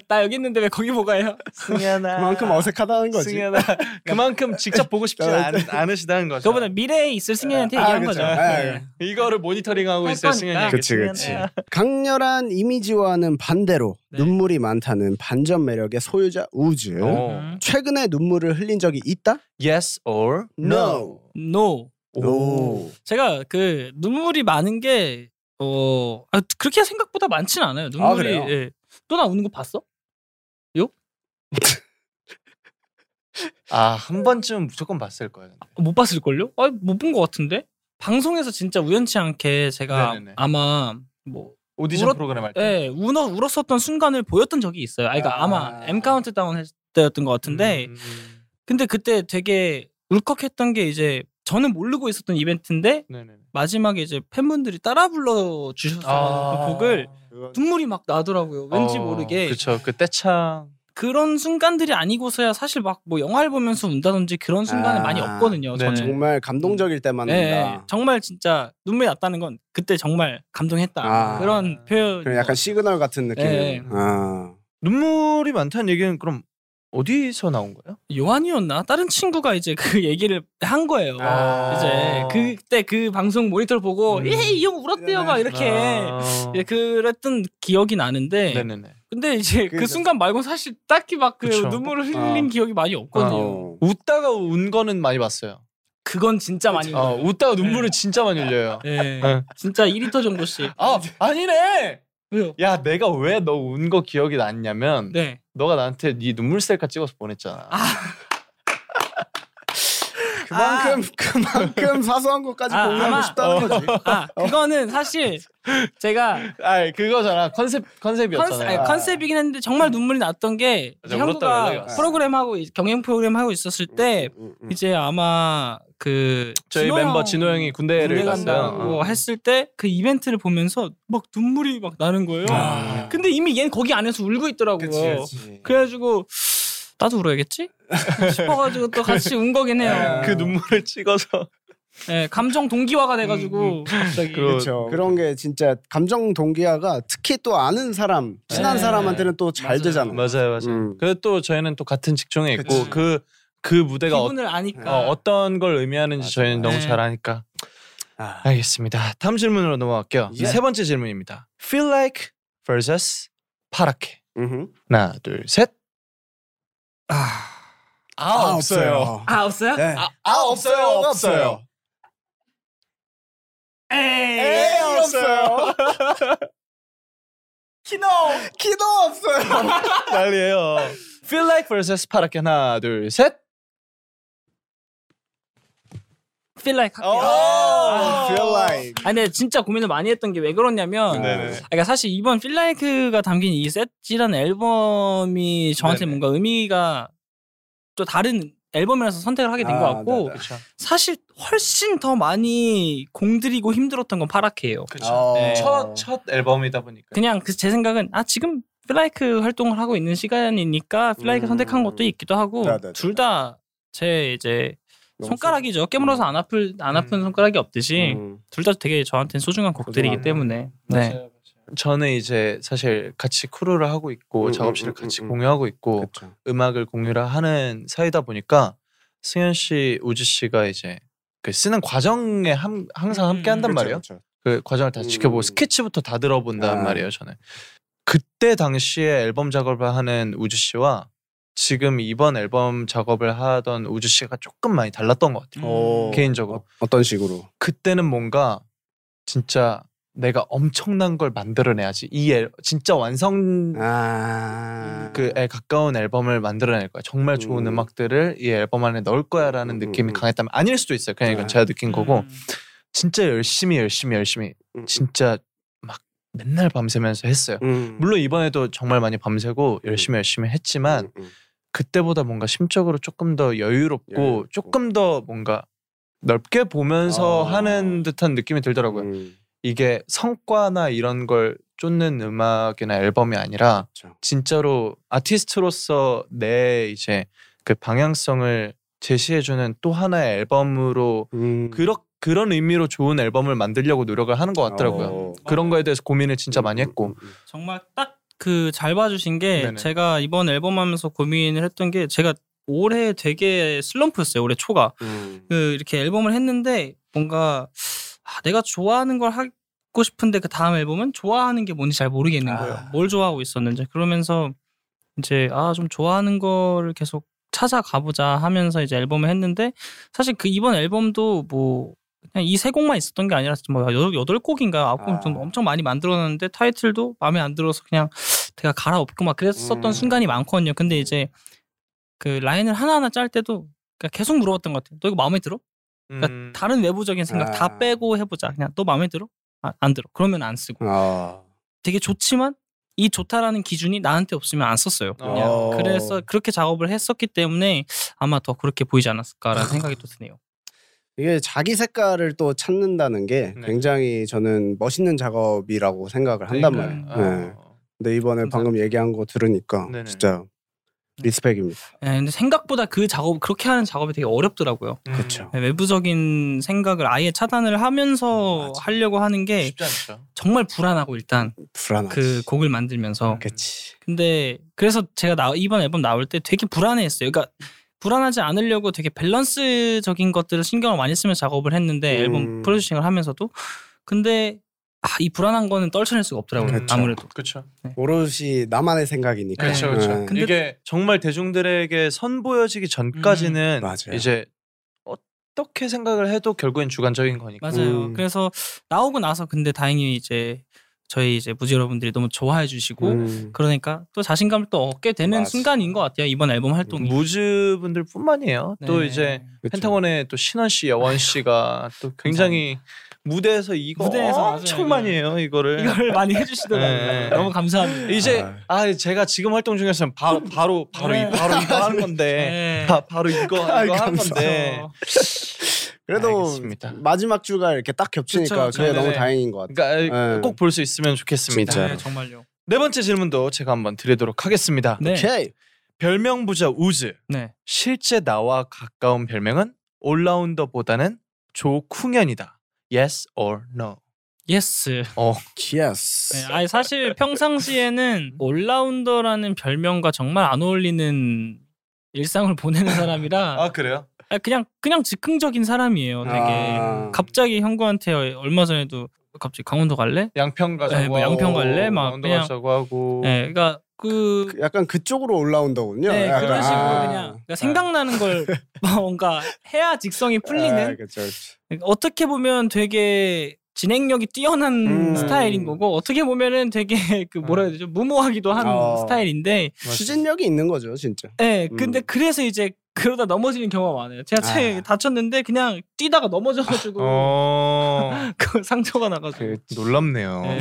S4: 나 여기 있는데 왜 거기 보가요?
S5: 승현아.
S3: 그만큼 어색하다는 거지. 네,
S5: 승현아. 그만큼 직접 보고 싶지 않, 않으시다는 거죠.
S4: 그거보다 미래에 있을 승현이한테
S3: 아,
S4: 얘기한
S3: 그쵸.
S4: 거죠.
S3: 아,
S4: 네.
S5: 이거를 모니터링하고
S4: 할
S5: 있어요
S4: 거니까.
S5: 승현이.
S3: 그치 그치. 강렬한 이미지와는 반대로
S4: 네.
S3: 눈물이 많다는 반전 매력의 소유자 우즈.
S4: 음.
S5: 어.
S3: 최근에 눈물을 흘린 적이 있다?
S5: Yes or
S3: No.
S4: No.
S3: 오.
S4: 제가 그 눈물이 많은 게 어, 아, 그렇게 생각보다 많진 않아요. 눈물이. 예.
S3: 그래요?
S4: 또 나 우는 거 봤어?
S5: 아 한 번쯤 무조건 봤을 거예요. 근데.
S4: 못 봤을 걸요? 아, 못본 것 같은데. 방송에서 진짜 우연치 않게 제가
S5: 네네네.
S4: 아마 뭐
S5: 오디션
S4: 울었-
S5: 프로그램 할 때.
S4: 예, 울어 울었었던 순간을 보였던 적이 있어요. 아, 그러니까
S3: 아.
S4: 아... 마 M 카운트다운 했을 때였던 것 같은데.
S5: 음, 음.
S4: 근데 그때 되게 울컥했던 게 이제 저는 모르고 있었던 이벤트인데
S5: 네네네.
S4: 마지막에 이제 팬분들이 따라 불러 주셨어요. 그 곡을 눈물이 막 나더라고요. 왠지
S5: 아. 어,
S4: 모르게
S5: 그쵸 그 때창
S4: 그런 순간들이 아니고서야 사실 막 뭐 영화를 보면서 운다든지 그런 순간은
S3: 아,
S4: 많이 없거든요.
S5: 네.
S4: 저는
S3: 정말 감동적일 때만
S4: 예, 예.
S3: 다
S4: 정말 진짜 눈물이 났다는 건 그때 정말 감동했다
S3: 아.
S4: 그런 표현.
S3: 그럼 약간 시그널 같은 느낌.
S4: 예.
S5: 음.
S3: 아.
S5: 눈물이 많다는 얘기는 그럼 어디서 나온 거예요?
S4: 요한이었나 다른 친구가 이제 그 얘기를 한 거예요.
S3: 아.
S4: 이제 그때 그 방송 모니터를 보고
S5: 음.
S4: 예이형 울었대요 막 이렇게
S5: 아.
S4: 예, 그랬던 기억이 나는데
S5: 네네네.
S4: 근데 이제 그
S3: 그래서-
S4: 순간 말고 사실 딱히 막 그
S5: 그쵸. 아.
S4: 눈물을 흘린
S3: 아.
S4: 기억이 많이 없거든요.
S3: 어.
S5: 웃다가 운 거는 많이 봤어요.
S4: 그건 진짜 많이.
S5: 어,
S4: 울어요.
S5: 웃다가
S4: 네.
S5: 눈물을 진짜 많이 흘려요.
S4: 예,
S5: 네.
S4: 진짜 2리터 정도씩.
S5: 아 아니네.
S4: 왜요?
S5: 야 내가 왜 너 운 거 기억이 났냐면
S4: 네.
S5: 너가 나한테 네 눈물 셀카 찍어서 보냈잖아.
S3: 그만큼 그만큼 사소한 것까지
S4: 아,
S3: 공유하고
S4: 아마-
S3: 싶다는 거지.
S4: 아 그거는 사실 제가
S5: 아 그거잖아 컨셉 컨셉이었잖아요.
S3: 컨셉- 아.
S4: 컨셉, 이긴 했는데
S5: 음.
S4: 정말 눈물이 났던 게
S5: 맞아,
S4: 이제
S5: 울었다 연락이
S4: 형구가
S5: 왔어.
S4: 프로그램하고 이- 경영 프로그램 하고 있었을 때
S3: 음, 음, 음.
S4: 이제 아마 그
S5: 저희
S4: 진호
S5: 멤버
S4: 형
S5: 진호 형이 군대를
S4: 군대
S5: 갔어요.
S4: 간다고 했을 때 그 이벤트를 보면서 막 눈물이 막 나는 거예요.
S3: 아.
S4: 근데 이미 얜 거기 안에서 울고
S3: 어.
S4: 있더라고요. 그래가지고 나도 울어야겠지? 싶어가지고 또 같이 운 거긴 해요.
S5: 그 눈물을 찍어서
S4: 예, 감정
S5: 음,
S4: 동기화가 돼가지고 갑자기
S5: 그런-
S3: 그렇죠. 그런 게 진짜 감정 동기화가 특히 또 아는 사람, 친한
S4: 네.
S3: 사람한테는 또 잘
S4: 맞아요.
S3: 되잖아.
S5: 맞아요, 맞아요.
S3: 음.
S5: 그래도 또 저희는 또 같은 직종에 있고
S3: 그치.
S5: 그 그 그 무대가 어,
S4: 기분을 아니까.
S5: 어, 떤 걸 의미하는지 저희는 너무
S4: 네.
S5: 잘 아니까
S3: 아.
S5: 알겠습니다. 다음 질문으로 넘어갈게요.
S3: 예.
S5: 세 번째 질문입니다. Feel like vs 파랗게
S3: 음흠.
S5: 하나 둘 셋. 아,
S4: 아 없어요?
S3: 네.
S5: 아, 아, 없어요, 없어요.
S4: 예,
S3: 에이, 없어요.
S4: 키노.
S3: 키도 없어요.
S5: 난리예요. Feel like vs 파랗게 하나 둘 셋.
S4: Feel like 할게요.
S5: 아,
S3: feel like.
S4: 아 근데 진짜 고민을 많이 했던 게 왜 그러냐면
S5: 네네.
S4: 그러니까 사실 이번 필라이크가 담긴 이 셋이라는 앨범이 저한테
S5: 네네.
S4: 뭔가 의미가 또 다른 앨범이라서 선택을 하게 된 것
S3: 아,
S4: 같고
S3: 네네.
S5: 그렇죠.
S4: 사실 훨씬 더 많이 공들이고 힘들었던 건 파랗게요.
S5: 그렇죠.
S4: 네.
S5: 첫, 첫 앨범이다 보니까.
S4: 그냥 그 제 생각은 아 지금 필라이크 활동을 하고 있는 시간이니까 필라이크
S3: 음.
S4: 선택한 것도 있기도 하고
S3: 네네네.
S4: 둘 다 제 이제
S3: 너무
S4: 손가락이죠. 깨물어서 안 아플 안 아픈
S5: 음.
S4: 손가락이 없듯이
S3: 음.
S4: 둘 다 되게 저한테는 소중한 곡들이기
S3: 소중하네요.
S4: 때문에
S5: 맞아요,
S4: 네.
S5: 맞아요. 저는 이제 사실 같이 크루를 하고 있고
S3: 음,
S5: 작업실을
S3: 음, 음,
S5: 같이
S3: 음, 음.
S5: 공유하고 있고
S3: 그렇죠.
S5: 음악을 공유를 하는 사이다 보니까 승현 씨, 우지 씨가 이제 그 쓰는 과정에 함, 항상 함께 한단
S4: 음,
S5: 말이에요.
S3: 그렇죠.
S5: 그 과정을 다
S3: 음.
S5: 지켜보고 스케치부터 다 들어본단
S3: 아.
S5: 말이에요. 저는 그때 당시에 앨범 작업을 하는 우주 씨와 지금 이번 앨범 작업을 하던 우주 씨가 조금 많이 달랐던 것 같아요.
S3: 오.
S5: 개인적으로
S3: 어, 어떤 식으로?
S5: 그때는 뭔가 진짜 내가 엄청난 걸 만들어내야지 이 앨, 진짜 완성
S3: 아.
S5: 그에 가까운 앨범을 만들어낼 거야. 정말 좋은
S3: 음.
S5: 음. 악들을이 앨범 안에 넣을 거야라는
S3: 음, 음, 음.
S5: 느낌이 강했다면 아닐 수도 있어요. 그냥 이건
S3: 네.
S5: 제가 느낀 거고
S4: 음.
S5: 진짜 열심히 열심히 열심히
S3: 음, 음,
S5: 진짜 막 맨날 밤새면서 했어요.
S3: 음. 네.
S5: 물론 이번에도 정말 많이 밤새고 열심히 열심히 했지만
S3: 음, 음.
S5: 그때보다 뭔가 심적으로 조금 더 여유롭고
S3: 여유롭고.
S5: 조금 더 뭔가 넓게 보면서
S3: 아.
S5: 하는 듯한 느낌이 들더라고요.
S3: 음,
S5: 이게 성과나 이런 걸 쫓는 음악이나 앨범이 아니라
S3: 그렇죠.
S5: 진짜로 아티스트로서 내 이제 그 방향성을 제시해주는 또 하나의 앨범으로
S3: 음.
S5: 그러, 그런 의미로 좋은 앨범을 만들려고 노력을 하는 것 같더라고요.
S3: 어.
S5: 그런 거에 대해서 고민을 진짜 많이 했고
S4: 정말 딱 그 잘 봐주신 게
S5: 네네.
S4: 제가 이번 앨범 하면서 고민을 했던 게 제가 올해 되게 슬럼프였어요. 올해 초가
S3: 음.
S4: 그 이렇게 앨범을 했는데 뭔가 아, 내가 좋아하는 걸 하고 싶은데 그 다음 앨범은 좋아하는 게 뭔지 잘
S5: 음.
S4: 모르겠는
S3: 아.
S4: 거예요. 뭘 좋아하고 있었는지 그러면서 이제 아 좀 좋아하는 거를 계속 찾아가보자 하면서 이제 앨범을 했는데 사실 그 이번 앨범도 뭐 그냥 이 세 곡만 있었던 게 아니라 뭐 여덟, 여덟 곡인가 아홉 곡 정도
S3: 아.
S4: 엄청 많이 만들어놨는데 타이틀도 마음에 안 들어서 그냥 제가 갈아엎고 막 그랬었던
S3: 음.
S4: 순간이 많거든요. 근데 이제 그 라인을 하나하나 짤 때도 그러니까 계속 물어봤던 것 같아요. 너 이거 마음에 들어?
S5: 음,
S4: 다른 외부적인 생각
S3: 아.
S4: 다 빼고 해보자. 그냥 너 마음에 들어? 아, 안 들어. 그러면 안 쓰고.
S3: 아.
S4: 되게 좋지만 이 좋다라는 기준이 나한테 없으면 안 썼어요. 그냥.
S5: 어.
S4: 그래서 그렇게 작업을 했었기 때문에 아마 더 그렇게 보이지
S5: 아.
S4: 않았을까라는 생각이 또 드네요.
S3: 이게 자기 색깔을 또 찾는다는 게
S5: 네.
S3: 굉장히 저는 멋있는 작업이라고 생각을 한단 말이에요.
S5: 그러니까,
S3: 네.
S5: 어,
S3: 근데 이번에
S4: 감사합니다.
S3: 방금 얘기한 거 들으니까
S5: 네네.
S3: 진짜 리스펙입니다.
S4: 예, 근데 생각보다 그 작업 그렇게 하는 작업이 되게 어렵더라고요.
S5: 음,
S3: 그렇죠.
S4: 예, 외부적인 생각을 아예 차단을 하면서
S5: 맞아.
S4: 하려고 하는 게
S5: 쉽지 않죠.
S4: 정말 불안하고 일단
S3: 불안하지.
S4: 그 곡을 만들면서
S3: 그치.
S4: 근데 그래서 제가 나, 이번 앨범 나올 때 되게 불안해했어요. 그러니까 불안하지 않으려고 되게 밸런스적인 것들을 신경을 많이 쓰면서 작업을 했는데
S3: 음.
S4: 앨범 프로듀싱을 하면서도 근데 아, 이 불안한 거는 떨쳐낼 수가 없더라고요.
S3: 그렇죠.
S4: 아무래도
S5: 그렇죠.
S3: 오롯이 나만의 생각이니까.
S5: 그렇죠,
S4: 네.
S5: 그렇죠.
S3: 네.
S4: 근데-
S5: 이게 정말 대중들에게 선보여지기 전까지는
S3: 음, 맞아요.
S5: 이제 어떻게 생각을 해도 결국엔 주관적인 거니까.
S4: 맞아요.
S3: 음.
S4: 그래서 나오고 나서 근데 다행히 이제 저희 이제 무지 여러분들이 너무 좋아해 주시고
S3: 음.
S4: 그러니까 또 자신감을 또 얻게 되는
S3: 맞아.
S4: 순간인 것 같아요. 이번 앨범 활동이
S5: 무즈 분들뿐만이에요.
S3: 음.
S5: 또
S4: 네.
S5: 이제
S3: 그쵸.
S5: 펜타곤의 또 신원 씨, 여원 씨가 또 굉장히 무대에서 이거
S4: 무대에서 맞아요,
S5: 엄청
S4: 이거를.
S5: 많이 해요 이거를.
S4: 이걸 많이 해주시더라고요.
S5: 네.
S4: 너무 감사합니다.
S5: 이제
S3: 아.
S5: 아 제가 지금 활동 중에서는 바로 바로 바로 이
S4: 네.
S5: 바로 이거 하는 건데
S4: 네.
S5: 바, 바로 이거 이거
S3: 아이,
S5: 하는
S3: 감사합니다.
S5: 건데
S3: 그래도
S5: 알겠습니다.
S3: 마지막 주가 이렇게 딱 겹치니까
S4: 그쵸,
S3: 그게
S5: 네네.
S3: 너무 다행인 것 같아요.
S5: 그러니까
S3: 네.
S5: 꼭 볼 수 있으면 좋겠습니다.
S3: 진짜요.
S4: 네, 정말요.
S5: 네 번째 질문도 제가 한번 드리도록 하겠습니다.
S4: 네.
S3: 오케이.
S5: 별명 부자 우즈
S4: 네.
S5: 실제 나와 가까운 별명은 올라운더보다는 조쿵현이다. Yes or no?
S4: 예스. 네,
S3: Yes.
S4: 아니 사실 평상시에는 올라운더라는 별명과 정말 안 어울리는 일상을 보내는 사람이라
S5: 아 그래요?
S4: 아, 그냥 그냥 즉흥적인 사람이에요. 되게
S3: 아.
S4: 갑자기 형구한테 얼마 전에도 갑자기 강원도 갈래?
S5: 양평 가자고
S4: 네, 뭐
S5: 하고,
S4: 양평 갈래? 막
S5: 강원도
S4: 그냥-
S5: 가자고 하고
S4: 네, 그러니까 그
S3: 그 약간 그쪽으로 올라온다군요.
S4: 네,
S3: 약간.
S4: 그런 식으로
S3: 아.
S4: 그냥 그러니까 생각나는 걸뭐 뭔가 해야 직성이
S3: 아,
S4: 풀리는
S3: 그쵸, 그쵸.
S4: 어떻게 보면 되게 진행력이 뛰어난
S3: 음.
S4: 스타일인 거고 어떻게 보면은 되게 그 뭐라 해야 되죠 무모하기도 한
S3: 어.
S4: 스타일인데
S3: 추진력이 있는 거죠, 진짜.
S4: 네, 근데
S3: 음.
S4: 그래서 이제 그러다 넘어지는 경우가 많아요. 제가 차에
S3: 아.
S4: 다쳤는데 그냥 뛰다가 넘어져가지고
S5: 아, 어
S4: 그 상처가 나가지고
S5: 그, 놀랍네요.
S4: 네.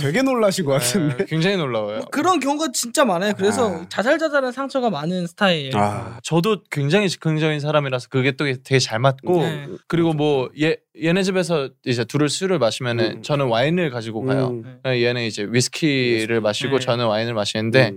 S3: 되게 놀라신 것 같은데.
S5: 네, 굉장히 놀라워요.
S4: 뭐 그런 경우가 진짜 많아요. 그래서
S3: 아.
S4: 자잘자잘한 상처가 많은 스타일이에요.
S3: 아,
S5: 저도 굉장히 즉흥적인 사람이라서 그게 또 되게 잘 맞고
S4: 네.
S5: 그리고 뭐 얘, 얘네 집에서 이제 둘을 술을 마시면은
S3: 음.
S5: 저는 와인을 아, 가지고 가요. 어,
S3: 음,
S5: 얘는 이제 위스키를 마시고
S4: 네.
S5: 저는 와인을 마시는데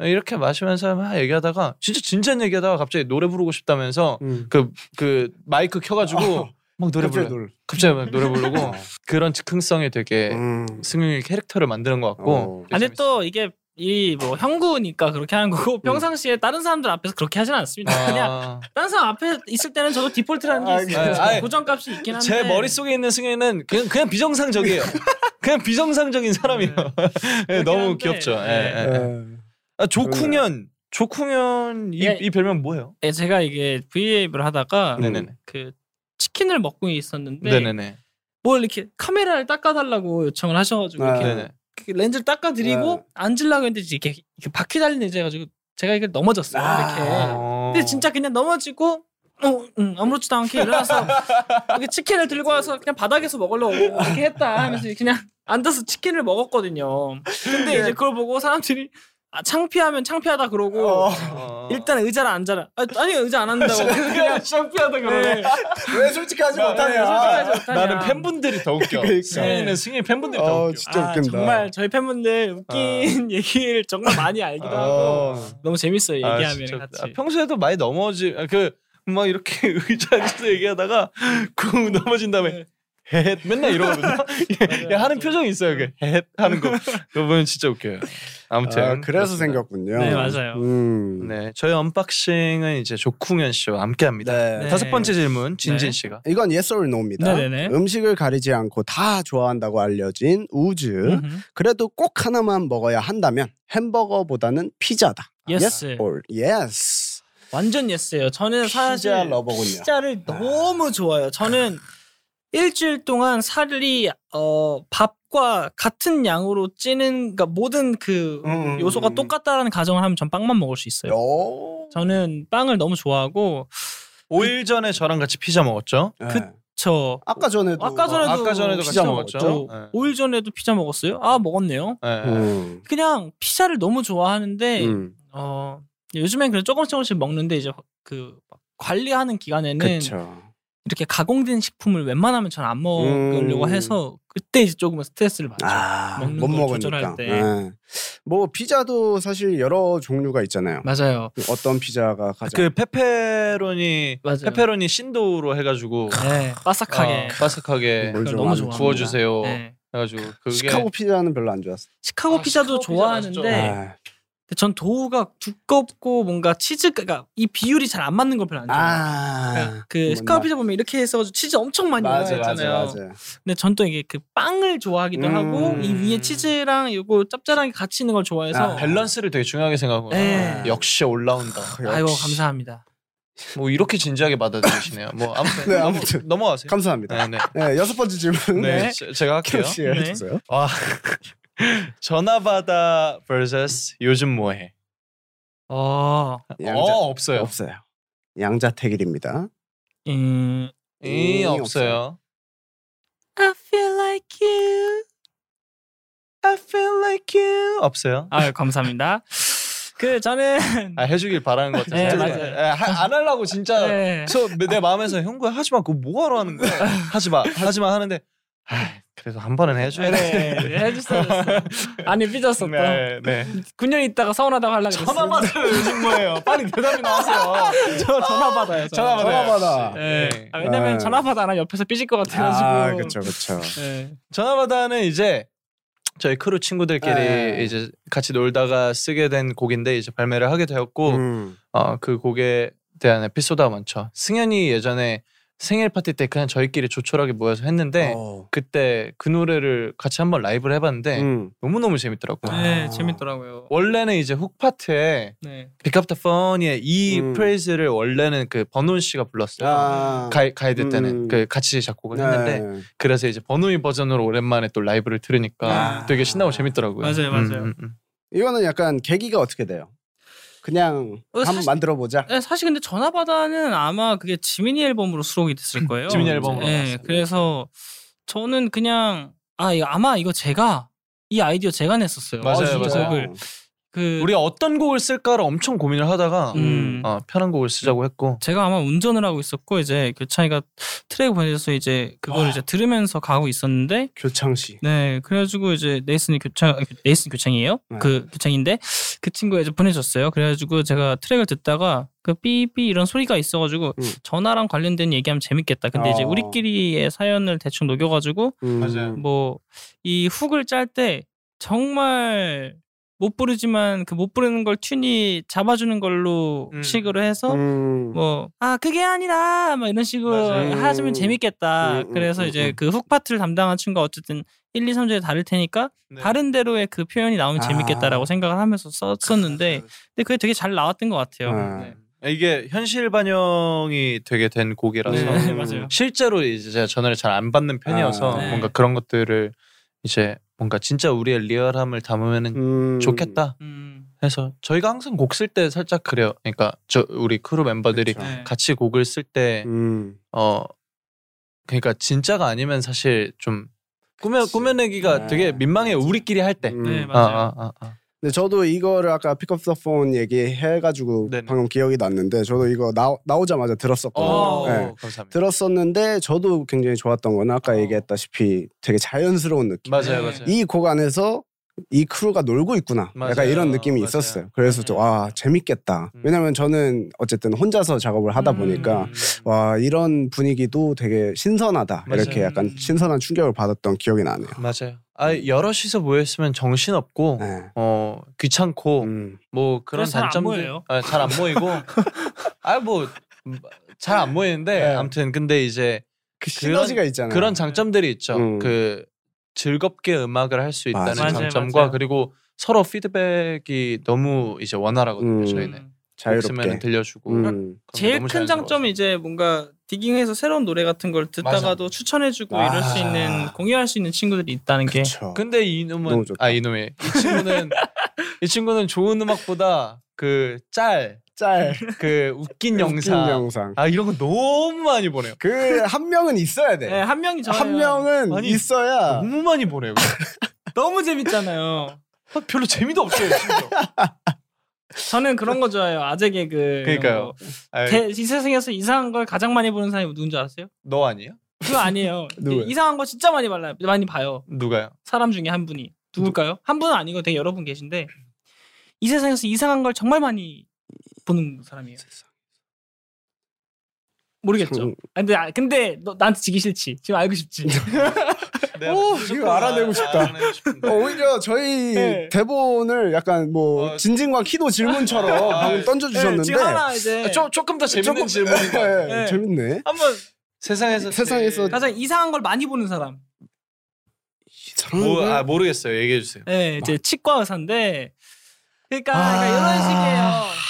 S5: 어,
S3: 음,
S5: 이렇게 마시면서 막 얘기하다가 진짜 진지한 얘기하다가 갑자기 노래 부르고 싶다면서
S3: 음.
S5: 그 그 마이크 켜가지고
S3: 어,
S5: 막 노래
S3: 갑자기
S5: 불러
S3: 놀-
S5: 갑자기 막 노래 부르고 그런 즉흥성이 되게
S3: 음.
S5: 승윤이 캐릭터를 만드는 것 같고
S3: 어.
S5: 되게
S4: 근데 또 이게 이 뭐 형구니까 그렇게 하는 거고 평상시에 다른 사람들 앞에서 그렇게 하진 않습니다. 그냥
S5: 음. 아.
S4: 다른 사람 앞에 있을 때는 저도 디폴트라는 게
S3: 아,
S4: 있어요.
S5: 네. 아니,
S4: 고정값이 있긴 한데
S5: 제 머릿속에 있는 승현이는 그냥, 그냥 비정상적이에요. 그냥 비정상적인 사람이에요.
S4: 네.
S5: 예, 너무
S4: 한데,
S5: 귀엽죠. 예,
S4: 네.
S5: 예, 예.
S3: 에.
S5: 아, 조쿵현. 조쿵현 이,
S4: 예.
S5: 이 별명 뭐예요? 음.
S4: 네, 제가 이게 브이앱을 하다가
S5: 아, 네네네.
S4: 그 치킨을 먹고 있었는데
S5: 네. 네네네.
S4: 뭘 이렇게 카메라를 닦아달라고 요청을 하셔가지고
S3: 네.
S4: 이렇게
S5: 네네.
S4: 그 렌즈를 닦아드리고
S3: 네.
S4: 앉으려고 했는데 이렇게, 이렇게 바퀴 달린 의자 해가지고 제가 이게 넘어졌어요
S3: 아.
S4: 이렇게 근데 진짜 그냥 넘어지고 어, 음, 아무렇지도 않게 일어나서 이렇게 치킨을 들고 와서 그냥 바닥에서 먹으려고 이렇게 했다 하면서 그냥 앉아서 치킨을 먹었거든요 근데 이제 그걸 보고 사람들이 아, 창피하면 창피하다 그러고
S3: 어.
S5: 어.
S4: 일단 의자를 앉아라 아, 아니 의자 안 앉는다고 그냥 창피하다 그러네
S3: 왜 솔직하지
S4: 네,
S3: 못하냐? 아,
S5: 나는 팬분들이 더 웃겨.
S3: 그러니까.
S5: 승현이는 승현 팬분들이 더
S3: 어,
S5: 웃겨.
S3: 진짜 웃긴다.
S4: 네, 아, 정말 저희 팬분들 웃긴 얘기를 정말 많이 알기도 하고
S3: 어.
S4: 너무 재밌어요
S5: 아,
S4: 얘기하면
S5: 진짜.
S4: 같이
S5: 아, 평소에도 많이 넘어지 아, 그막 이렇게 의자에서 얘기하다가 쿵 넘어진 다음에 헤헷 맨날 이러거든요. 얘, 얘 하는 표정이 있어요. 그 헤헷 하는 거. 여러분 진짜 웃겨요. 아무튼
S3: 아, 그래서
S5: 그렇습니다.
S3: 생겼군요.
S4: 네, 맞아요.
S3: 음.
S5: 네, 저희 언박싱은 이제 조쿵현 씨와 함께합니다.
S3: 네.
S4: 네.
S5: 다섯 번째 질문 진진
S4: 네.
S5: 씨가.
S3: 이건 yes or no입니다.
S4: 네네네.
S3: 음식을 가리지 않고 다 좋아한다고 알려진 우즈.
S4: 음흠.
S3: 그래도 꼭 하나만 먹어야 한다면 햄버거보다는 피자다.
S4: Yes.
S3: or yes.
S4: 완전 예스예요. 저는 네, 사실
S3: 어. 피자 러버군요.
S4: 피자를 너무 좋아요. 저는 일주일 동안 살이 어 밥과 같은 양으로 찌는 그러니까 모든 그
S3: 음,
S4: 요소가
S3: 음.
S4: 똑같다라는 가정을 하면 전 빵만 먹을 수
S3: 네.
S4: 있어요.
S3: 오.
S4: 저는 빵을 너무 좋아하고
S5: 5일 전에 저랑 같이 피자 먹었죠.
S3: 네.
S4: 그- 저
S3: 아까 전에도
S4: 아까 전에도
S5: 아까 전에도
S3: 피자
S5: 같이 먹었죠.
S4: 저
S5: 네.
S4: 5일 전에도 피자 먹었어요. 아 먹었네요.
S5: 네.
S3: 음.
S4: 그냥 피자를 너무 좋아하는데
S3: 음.
S4: 어 요즘엔 그래 조금씩 조금씩 먹는데 이제 그 관리하는 기간에는
S3: 그쵸.
S4: 이렇게 가공된 식품을 웬만하면 전 안 먹으려고
S3: 음.
S4: 해서 그때 이제 조금은 스트레스를 받죠.
S3: 아,
S4: 먹는
S3: 못
S4: 걸
S3: 먹으니까.
S4: 조절할 때.
S3: 예. 뭐 피자도 사실 여러 종류가 있잖아요.
S4: 맞아요.
S3: 어떤 피자가 가장
S5: 그 페페로니
S4: 맞아요.
S5: 페페로니 신도로 해가지고
S4: 네,
S5: 아,
S4: 바삭하게.
S5: 바삭하게
S3: 뭘
S4: 그걸
S3: 좀
S4: 너무
S3: 안
S4: 좋아.
S5: 구워주세요.
S4: 네.
S5: 해가지고 그게
S3: 시카고 피자는 별로 안 좋았어.
S4: 시카고
S5: 아,
S4: 피자도
S5: 시카고 피자
S4: 좋아하는데
S5: 맛있죠. 네.
S3: 아,
S4: 근데 전 도우가 두껍고 뭔가 치즈가 그러니까 이 비율이 잘 안 맞는 걸 별로 안 좋아해요.
S3: 아.
S4: 그러니까 그 시카고 피자 보면 이렇게 해서 치즈 엄청 많이
S3: 맞아, 맞아,
S4: 올라있잖아요.
S3: 맞아.
S4: 근데 전 또 이게 그 빵을 좋아하기도
S3: 음.
S4: 하고 이 위에 치즈랑 요거 짭짤하게 같이 있는 걸 좋아해서
S3: 아,
S5: 밸런스를 되게 중요하게 생각하고
S4: 네.
S5: 역시 올라온다.
S4: 아이고 감사합니다.
S5: 뭐 이렇게 진지하게 받아들이시네요. 뭐 아무튼,
S3: 네,
S5: 넘-
S3: 아무튼.
S5: 넘어가세요.
S3: 감사합니다.
S5: 네,
S3: 네, 여섯 번째 질문.
S5: 네. 네, 어, 제- 제가 할게요.
S3: 씨
S4: 네.
S3: 해주세요.
S5: 와 전화 받아 vs 요즘 뭐해?
S4: 어,
S3: 양자.
S5: 어 없어요.
S3: 예, 없어요. 양자택일입니다.
S4: 음,
S5: 이
S3: 이
S5: 없어요.
S4: I feel like you.
S5: I feel like you 없어요.
S4: 아유 감사합니다. 그 저는
S5: 아 해주길 바라는 것 같아요.
S4: 네,
S5: 진짜.
S4: 맞아요.
S5: 예, 하- 안 하려고 진짜.
S4: 네.
S5: 그래서 내 마음에서 형구야 하지 마. 그거 뭐하러 하는 거야? 하지 마. 하지 마 하는데. 아 그래도 한 번은 해줘야 돼.
S4: 네, 해주셨어요. 아니 삐졌었다.
S5: 네, 네.
S4: 9년 있다가 서운하다고 하려고
S5: 전화
S4: 그랬어요.
S5: 받아요 요즘 뭐예요? 빨리 대답이 나오세요.
S4: 저 전화 받아요.
S5: 전화 받아요.
S3: 전화 받아.
S5: 네. 아,
S4: 네. 아, 왜냐면
S3: 네.
S4: 전화 받아 안 하면 옆에서 삐질 것 같아가지고.
S3: 아, 그쵸그쵸
S4: 네.
S5: 전화 받아는 이제 저희 크루 친구들끼리
S3: 네.
S5: 이제 같이 놀다가 쓰게 된 곡인데 이제 발매를 하게 되었고
S3: 음.
S5: 어, 그 곡에 대한 에피소드가 많죠. 승현이 예전에 생일 파티 때 그냥 저희끼리 조촐하게 모여서 했는데
S3: 어.
S5: 그때 그 노래를 같이 한번 라이브를 해봤는데
S3: 음.
S5: 너무 너무 재밌더라고. 요
S4: 네,
S3: 아.
S4: 재밌더라고요.
S5: 원래는 이제 훅 파트에
S4: 네.
S5: 비카프타 펀이의 이
S3: 음.
S5: 프레이즈를 원래는 그 번훈 씨가 불렀어요.
S3: 아.
S5: 가이, 가이드 때는
S3: 음.
S5: 그 같이 작곡을
S3: 네.
S5: 했는데 그래서 이제 번호이 버전으로 오랜만에 또 라이브를 들으니까
S3: 아.
S5: 되게 신나고 재밌더라고요.
S4: 맞아요, 맞아요.
S5: 음.
S3: 이거는 약간 계기가 어떻게 돼요? 그냥
S4: 어,
S3: 한번
S4: 사실-
S3: 만들어 보자.
S4: 네, 사실 근데 전화바다는 아마 그게 지민이 앨범으로 수록이 됐을
S5: 음,
S4: 거예요.
S3: 음.
S5: 지민이 앨범으로
S4: 네,
S5: 나왔어요.
S4: 그래서 저는 그냥 아 이거 아마 이거 제가 이 아이디어 제가 냈었어요.
S5: 맞아요,
S4: 어, 진짜요?
S5: 맞아요.
S4: 그- 그
S5: 우리가 어떤 곡을 쓸까를 엄청 고민을 하다가
S4: 음.
S5: 어, 편한 곡을 쓰자고 했고
S4: 제가 아마 운전을 하고 있었고 이제 교창이가 트랙 보내줘서 이제 그걸 이제 들으면서 가고 있었는데
S3: 교창 씨.
S4: 네 그래가지고 이제 네이슨이 교창 네이슨 교창이에요
S3: 네.
S4: 그 교창인데 그 친구가 이제 보내줬어요 그래가지고 제가 트랙을 듣다가 그 삐삐 이런 소리가 있어가지고
S3: 음.
S4: 전화랑 관련된 얘기하면 재밌겠다 근데 이제
S3: 어.
S4: 우리끼리의 사연을 대충 녹여가지고
S3: 음.
S5: 맞아요.
S4: 뭐 이 훅을 짤 때 정말 못 부르지만 그 못 부르는 걸 튠이 잡아주는 걸로
S5: 음.
S4: 식으로 해서
S3: 음.
S4: 뭐 아 그게 아니라 막 이런 식으로
S5: 맞아요.
S3: 음.
S4: 하시면 재밌겠다.
S3: 음, 음,
S4: 그래서
S3: 음,
S4: 이제
S3: 음.
S4: 그 훅 파트를 담당한 친구가 어쨌든 1, 2, 3주에 다를 테니까
S5: 네.
S4: 다른 대로의 그 표현이 나오면
S3: 아.
S4: 재밌겠다라고 생각을 하면서
S5: 네.
S4: 썼었는데 근데 그게 되게 잘 나왔던 것 같아요.
S3: 아.
S4: 네.
S5: 이게 현실 반영이 되게 된 곡이라서
S4: 네, 맞아요.
S5: 실제로 이제 제가 전화를 잘 안 받는 편이어서
S3: 아.
S4: 네.
S5: 뭔가 그런 것들을 이제 뭔가 진짜 우리의 리얼함을 담으면
S3: 음.
S5: 좋겠다
S4: 음,
S5: 해서 저희가 항상 곡 쓸 때 살짝 그래요. 그러니까 저 우리 크루 멤버들이
S3: 그쵸.
S4: 네.
S5: 같이 곡을 쓸때
S3: 음.
S5: 어 그러니까 진짜가 아니면 사실 좀 꾸며
S3: 그치.
S5: 꾸며내기가
S3: 네.
S5: 되게 민망해요 우리끼리 할 때.
S3: 음.
S4: 네,
S5: 아,
S4: 맞아요.
S5: 아, 아, 아.
S3: 근데 저도 이거를 아까 픽업 더폰 얘기해가지고
S5: 네네.
S3: 방금 기억이 났는데 저도 이거 나, 나오자마자 들었었거든요.
S5: 어,
S3: 네.
S5: 감사합니다.
S3: 들었었는데 저도 굉장히 좋았던 건 아까
S4: 어.
S3: 얘기했다시피 되게 자연스러운 느낌.
S5: 맞아요,
S4: 네.
S5: 맞아요.
S3: 이 곡 안에서 이 크루가 놀고 있구나. 약간
S5: 맞아요.
S3: 이런 느낌이
S5: 맞아요.
S3: 있었어요. 그래서 좀,
S4: 맞아요.
S3: 와, 재밌겠다.
S5: 음.
S3: 왜냐면 저는 어쨌든 혼자서 작업을 하다
S4: 음.
S3: 보니까, 와, 이런 분위기도 되게 신선하다.
S5: 맞아요.
S3: 이렇게 약간
S4: 음.
S3: 신선한 충격을 받았던 기억이 나네요.
S5: 맞아요. 아 여럿이서 모여 있으면 정신 없고
S3: 네.
S5: 어 귀찮고
S3: 음.
S5: 뭐 그런
S4: 그래서 잘안
S5: 단점들
S4: 모여요.
S5: 잘 안 모이고 아 뭐 잘 안 모이는데
S3: 네.
S5: 아무튼 근데 이제
S3: 그
S5: 그런-
S3: 시너지가 있잖아요.
S5: 그런 장점들이 있죠.
S3: 음.
S5: 그 즐겁게 음악을 할 수 있다는
S3: 맞아요.
S5: 장점과
S4: 맞아요.
S5: 그리고 서로 피드백이 너무 이제 원활하거든요.
S3: 음.
S5: 저희는
S3: 자유롭게.
S5: 있으면 들려주고 그런
S3: 음.
S5: 게
S4: 제일
S5: 너무
S4: 큰 장점이 이제 뭔가 디깅해서 새로운 노래 같은 걸 듣다가도 추천해주고
S3: 아.
S4: 이럴 수 있는 공유할 수 있는 친구들이 있다는 게
S3: 그쵸.
S5: 자연스러워요. 근데
S3: 너무
S5: 이놈은
S3: 좋다.
S5: 아 이놈이 이 친구는 이 친구는 좋은 음악보다 그 짤 그
S3: 짤.
S5: 웃긴
S3: 웃긴
S5: 영상
S3: 영상.
S5: 아 이런 거 너무 많이 보내요.
S3: 그 한 명은 있어야 돼.
S4: 네, 한 명이 저예요.
S3: 한 명은
S5: 아니, 음.
S3: 있어야.
S5: 너무 많이 보내요.
S4: 너무 재밌잖아요.
S5: 아, 별로 재미도 없어요. 심지어.
S4: 저는 그런 거 좋아해요. 아재 개그. 이런
S5: 그러니까요.
S4: 거.
S5: 아이,
S4: 대- 이 세상에서 이상한 걸 가장 많이 보는 사람이 누군지 아세요?
S5: 너 아니에요?
S4: 그거 아니에요.
S3: 누구예요?
S4: 이상한 거 진짜 많이 발라 많이 봐요.
S5: 누가요?
S4: 사람 중에 한 분이 누굴까요? 한 분은 아니고 되게 여러 분 계신데 이 세상에서 이상한 걸 정말 많이 보는 사람이에요. 모르겠죠.
S3: 음.
S4: 아, 근데 아, 근데 너 나한테 지기 싫지. 지금 알고 싶지. 네,
S3: 오, 이거 알아내고 싶다. 어, 오히려 저희
S4: 네.
S3: 대본을 약간 뭐
S5: 어,
S3: 진진과 키도 질문처럼
S5: 아,
S3: 방금
S5: 네.
S4: 네,
S3: 던져주셨는데 아,
S4: 지금 하나 이제
S5: 좀 조금 더 재밌는
S3: 조금- 네,
S5: 질문이다.
S4: 네.
S3: 재밌네.
S4: 한번
S5: 세상에서
S3: 세상에서
S5: 제일-
S4: 가장 이상한 걸 많이 보는 사람.
S3: 이상한
S5: 뭐,
S3: 거야?
S5: 아 모르겠어요. 얘기해 주세요.
S4: 네,
S3: 아.
S4: 이제 치과 의사인데. 그러니까,
S5: 아.
S4: 그러니까 이런 식이에요.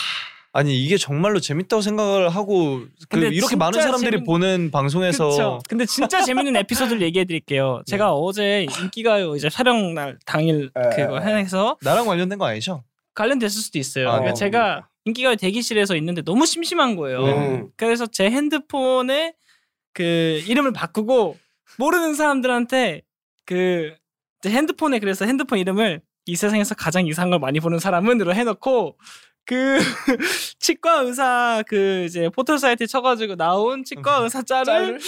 S5: 아니 이게 정말로 재밌다고 생각을 하고 그
S4: 근데
S5: 이렇게
S4: 진짜
S5: 많은 사람들이
S4: 재밌-
S5: 보는
S4: 그쵸.
S5: 방송에서
S4: 근데 진짜 재밌는 에피소드를 얘기해 드릴게요. 제가 어제 인기가요 이제 촬영 날 당일
S3: 에,
S4: 그거
S3: 에,
S4: 해서
S5: 나랑 관련된 거 아니죠?
S4: 관련됐을 수도 있어요.
S5: 아,
S4: 그러니까
S3: 네.
S4: 제가 인기가요 대기실에서 있는데 너무 심심한
S5: 뭐.
S4: 거예요.
S3: 음.
S4: 그래서 제 핸드폰에 그 이름을 바꾸고 모르는 사람들한테 그제 핸드폰에 그래서 핸드폰 이름을 이 세상에서 가장 이상한 걸 많이 보는 사람은으로 해놓고 그 치과 의사 그 이제 포털 사이트에 쳐가지고 나온 치과 의사 짤을
S3: 짤을?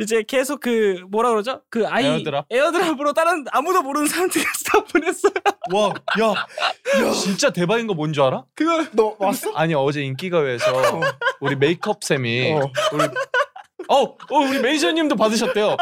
S4: 이제 계속 그 뭐라 그러죠 그 아이
S5: 에어드랍?
S4: 에어드랍으로 다른 아무도 모르는 사람들에게 다 보냈어요.
S5: 와, 야, 진짜 대박인 거 뭔 줄 알아?
S3: 그걸 너 왔어?
S5: 아니 어제 인기가요에서 우리 메이크업 쌤이
S3: 어.
S5: 우리 어, 어, 우리 매니저님도 받으셨대요.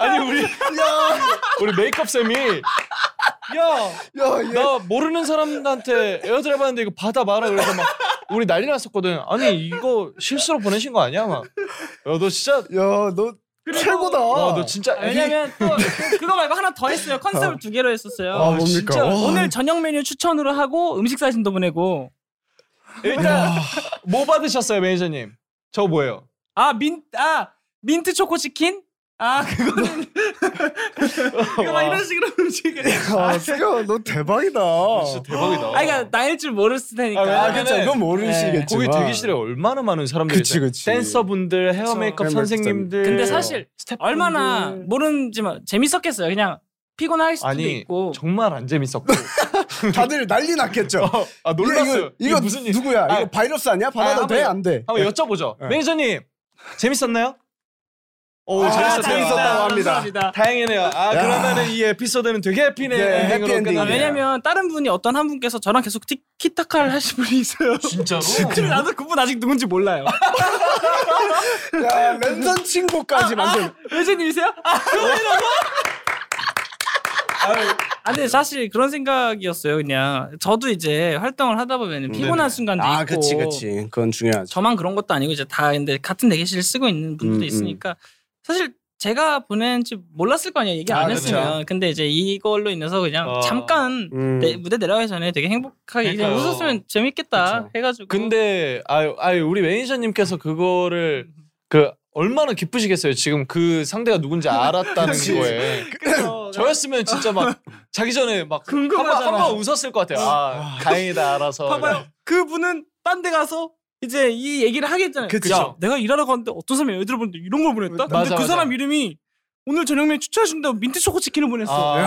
S5: 아니 우리
S3: 야,
S5: 우리 메이크업 쌤이 야,
S3: 야, 얘
S5: 나 모르는 사람한테 에어드랍 하는데 이거 받아 봐라 그래서 막 우리 난리 났었거든. 아니 이거 실수로 보내신 거 아니야? 막. 야, 너 진짜
S3: 야, 너 최고다.
S5: 와, 너 진짜
S4: 어. 아, 왜냐면 또 그- 그거 말고 하나 더 했어요. 컨셉을 두 개로 했었어요.
S3: 아, 뭡니까?
S5: 진짜
S3: 와.
S4: 오늘 저녁 메뉴 추천으로 하고 음식 사진도 보내고
S5: 일단 뭐 받으셨어요, 매니저님? 저 뭐예요?
S4: 아, 민, 아, 민트 초코 치킨? 아, 그거는.
S5: 어.
S4: 그거 막 이런 식으로 음식을. 아,
S3: 야, 수경, 너 대박이다.
S5: 진짜 대박이다.
S4: 그러니까 나일 줄 모를 테니까.
S5: 아,
S3: 아,
S5: 왜냐면은
S3: 괜찮아. 이건 모르시겠지만.
S5: 네, 거기 대기실에 얼마나 많은 사람들이
S3: 그치, 그치.
S5: 댄서분들, 헤어
S4: 그쵸.
S5: 메이크업
S3: 헤어
S5: 선생님들.
S4: 근데 사실
S5: 스태프분들.
S4: 얼마나 모르는지만 재밌었겠어요. 그냥 피곤할 수도
S5: 아니
S4: 있고.
S5: 정말 안 재밌었고.
S3: 다들 난리 났겠죠.
S5: 아
S3: 이거,
S5: 놀랐어요.
S3: 이거, 이거 무슨 일? 누구야? 네.
S5: 아,
S3: 이거 바이러스 아니야? 받아도
S5: 아,
S3: 돼?
S5: 한번-
S3: 안 돼?
S5: 한번 여쭤보죠. 매니저님 재밌었나요? 오
S3: 아,
S5: 재밌었대요.
S3: 재밌었다고
S5: 아,
S3: 합니다.
S4: 감사합니다.
S5: 다행이네요. 아
S3: 야.
S5: 그러면은 이 에피소드는 되게 해피네.
S3: 네,
S5: 엔딩으로
S3: 해피 엔딩이네요.
S5: 끝나네요.
S4: 아, 왜냐면 다른 분이 어떤 한 분께서 저랑 계속 티키타카를 하신 분이 있어요.
S5: 음. 진짜로?
S4: 근데 나도 그분 아직 누군지 몰라요.
S5: 아,
S3: 야, 랜선 친구까지 완전.
S4: 회장님이세요? 아, 아, 근데 사실 그런 생각이었어요. 그냥 저도 이제 활동을 하다
S5: 음,
S4: 보면 피곤한 순간도
S5: 아.
S4: 있고.
S3: 아, 그건 중요하죠.
S4: 저만 그런 것도 아니고 이제 다 근데 같은 대기실을 쓰고 있는 분들도
S3: 음,
S4: 있으니까 사실 제가 보낸지 몰랐을 거 아니에요 얘기 안
S5: 아,
S4: 했으면
S5: 그렇죠.
S4: 근데 이제 이걸로 인해서 그냥
S5: 어.
S4: 잠깐
S3: 음.
S4: 내- 네, 무대 내려가기 전에 되게 행복하게 그냥
S5: 그러니까요.
S4: 웃었으면 재밌겠다 해가지고
S5: 근데 아유 아유 우리 매니저님께서 그거를 그 얼마나 기쁘시겠어요. 지금 그 상대가 누군지 알았다는
S3: 그치.
S5: 거에.
S4: 그래서
S5: 저였으면 진짜 막 자기 전에 막
S4: 궁금하잖아.
S5: 한번 한번 웃었을 것 같아요. 아 다행이다 알아서.
S4: 봐봐요 그 분은 딴 데 가서 이제 이 얘기를 하게 했잖아요
S3: 그쵸.
S4: 야, 내가 일하러 갔는데 어떤 사람이 애들 보는데 이런 걸 보냈다? 근데
S5: 맞아,
S4: 그
S5: 맞아.
S4: 사람 이름이 오늘 저녁 메뉴 추천해준다고 민트 초코 치킨을 보냈어
S5: 아,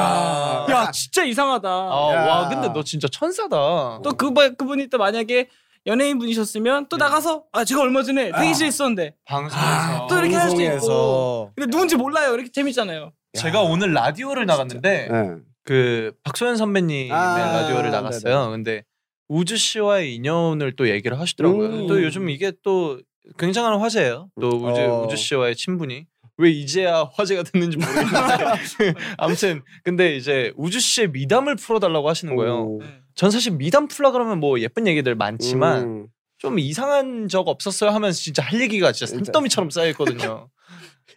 S3: 야.
S4: 야 진짜 이상하다
S5: 아,
S3: 야.
S5: 와 근데 너 진짜 천사다.
S4: 또 그분 그분이 또 만약에 연예인 분이셨으면
S5: 음.
S4: 또 나가서 아 제가 얼마 전에 대기실에 있었는데
S5: 방송에서
S4: 또 이렇게 할 수도
S3: 방송에서.
S4: 있고 근데 누군지 몰라요 이렇게 재밌잖아요
S5: 제가 오늘 라디오를
S3: 예.
S5: 나갔는데 그 박소연 선배님의
S3: 아,
S5: 라디오를 나갔어요. 근데 우주 씨와의 인연을 또 얘기를 하시더라고요.
S3: 음.
S5: 또 요즘 이게 또 굉장한 화제예요. 또 우주
S3: 어.
S5: 우주 씨와의 친분이 왜 이제야 화제가 됐는지 모르겠는데 아무튼 근데 이제 우주 씨의 미담을 풀어달라고 하시는 거예요. 전 사실 미담 풀라 그러면 뭐 예쁜 얘기들 많지만
S3: 음.
S5: 좀 이상한 적 없었어요 하면서 진짜 할 얘기가 진짜
S3: 진짜.
S5: 산더미처럼 쌓여 있거든요.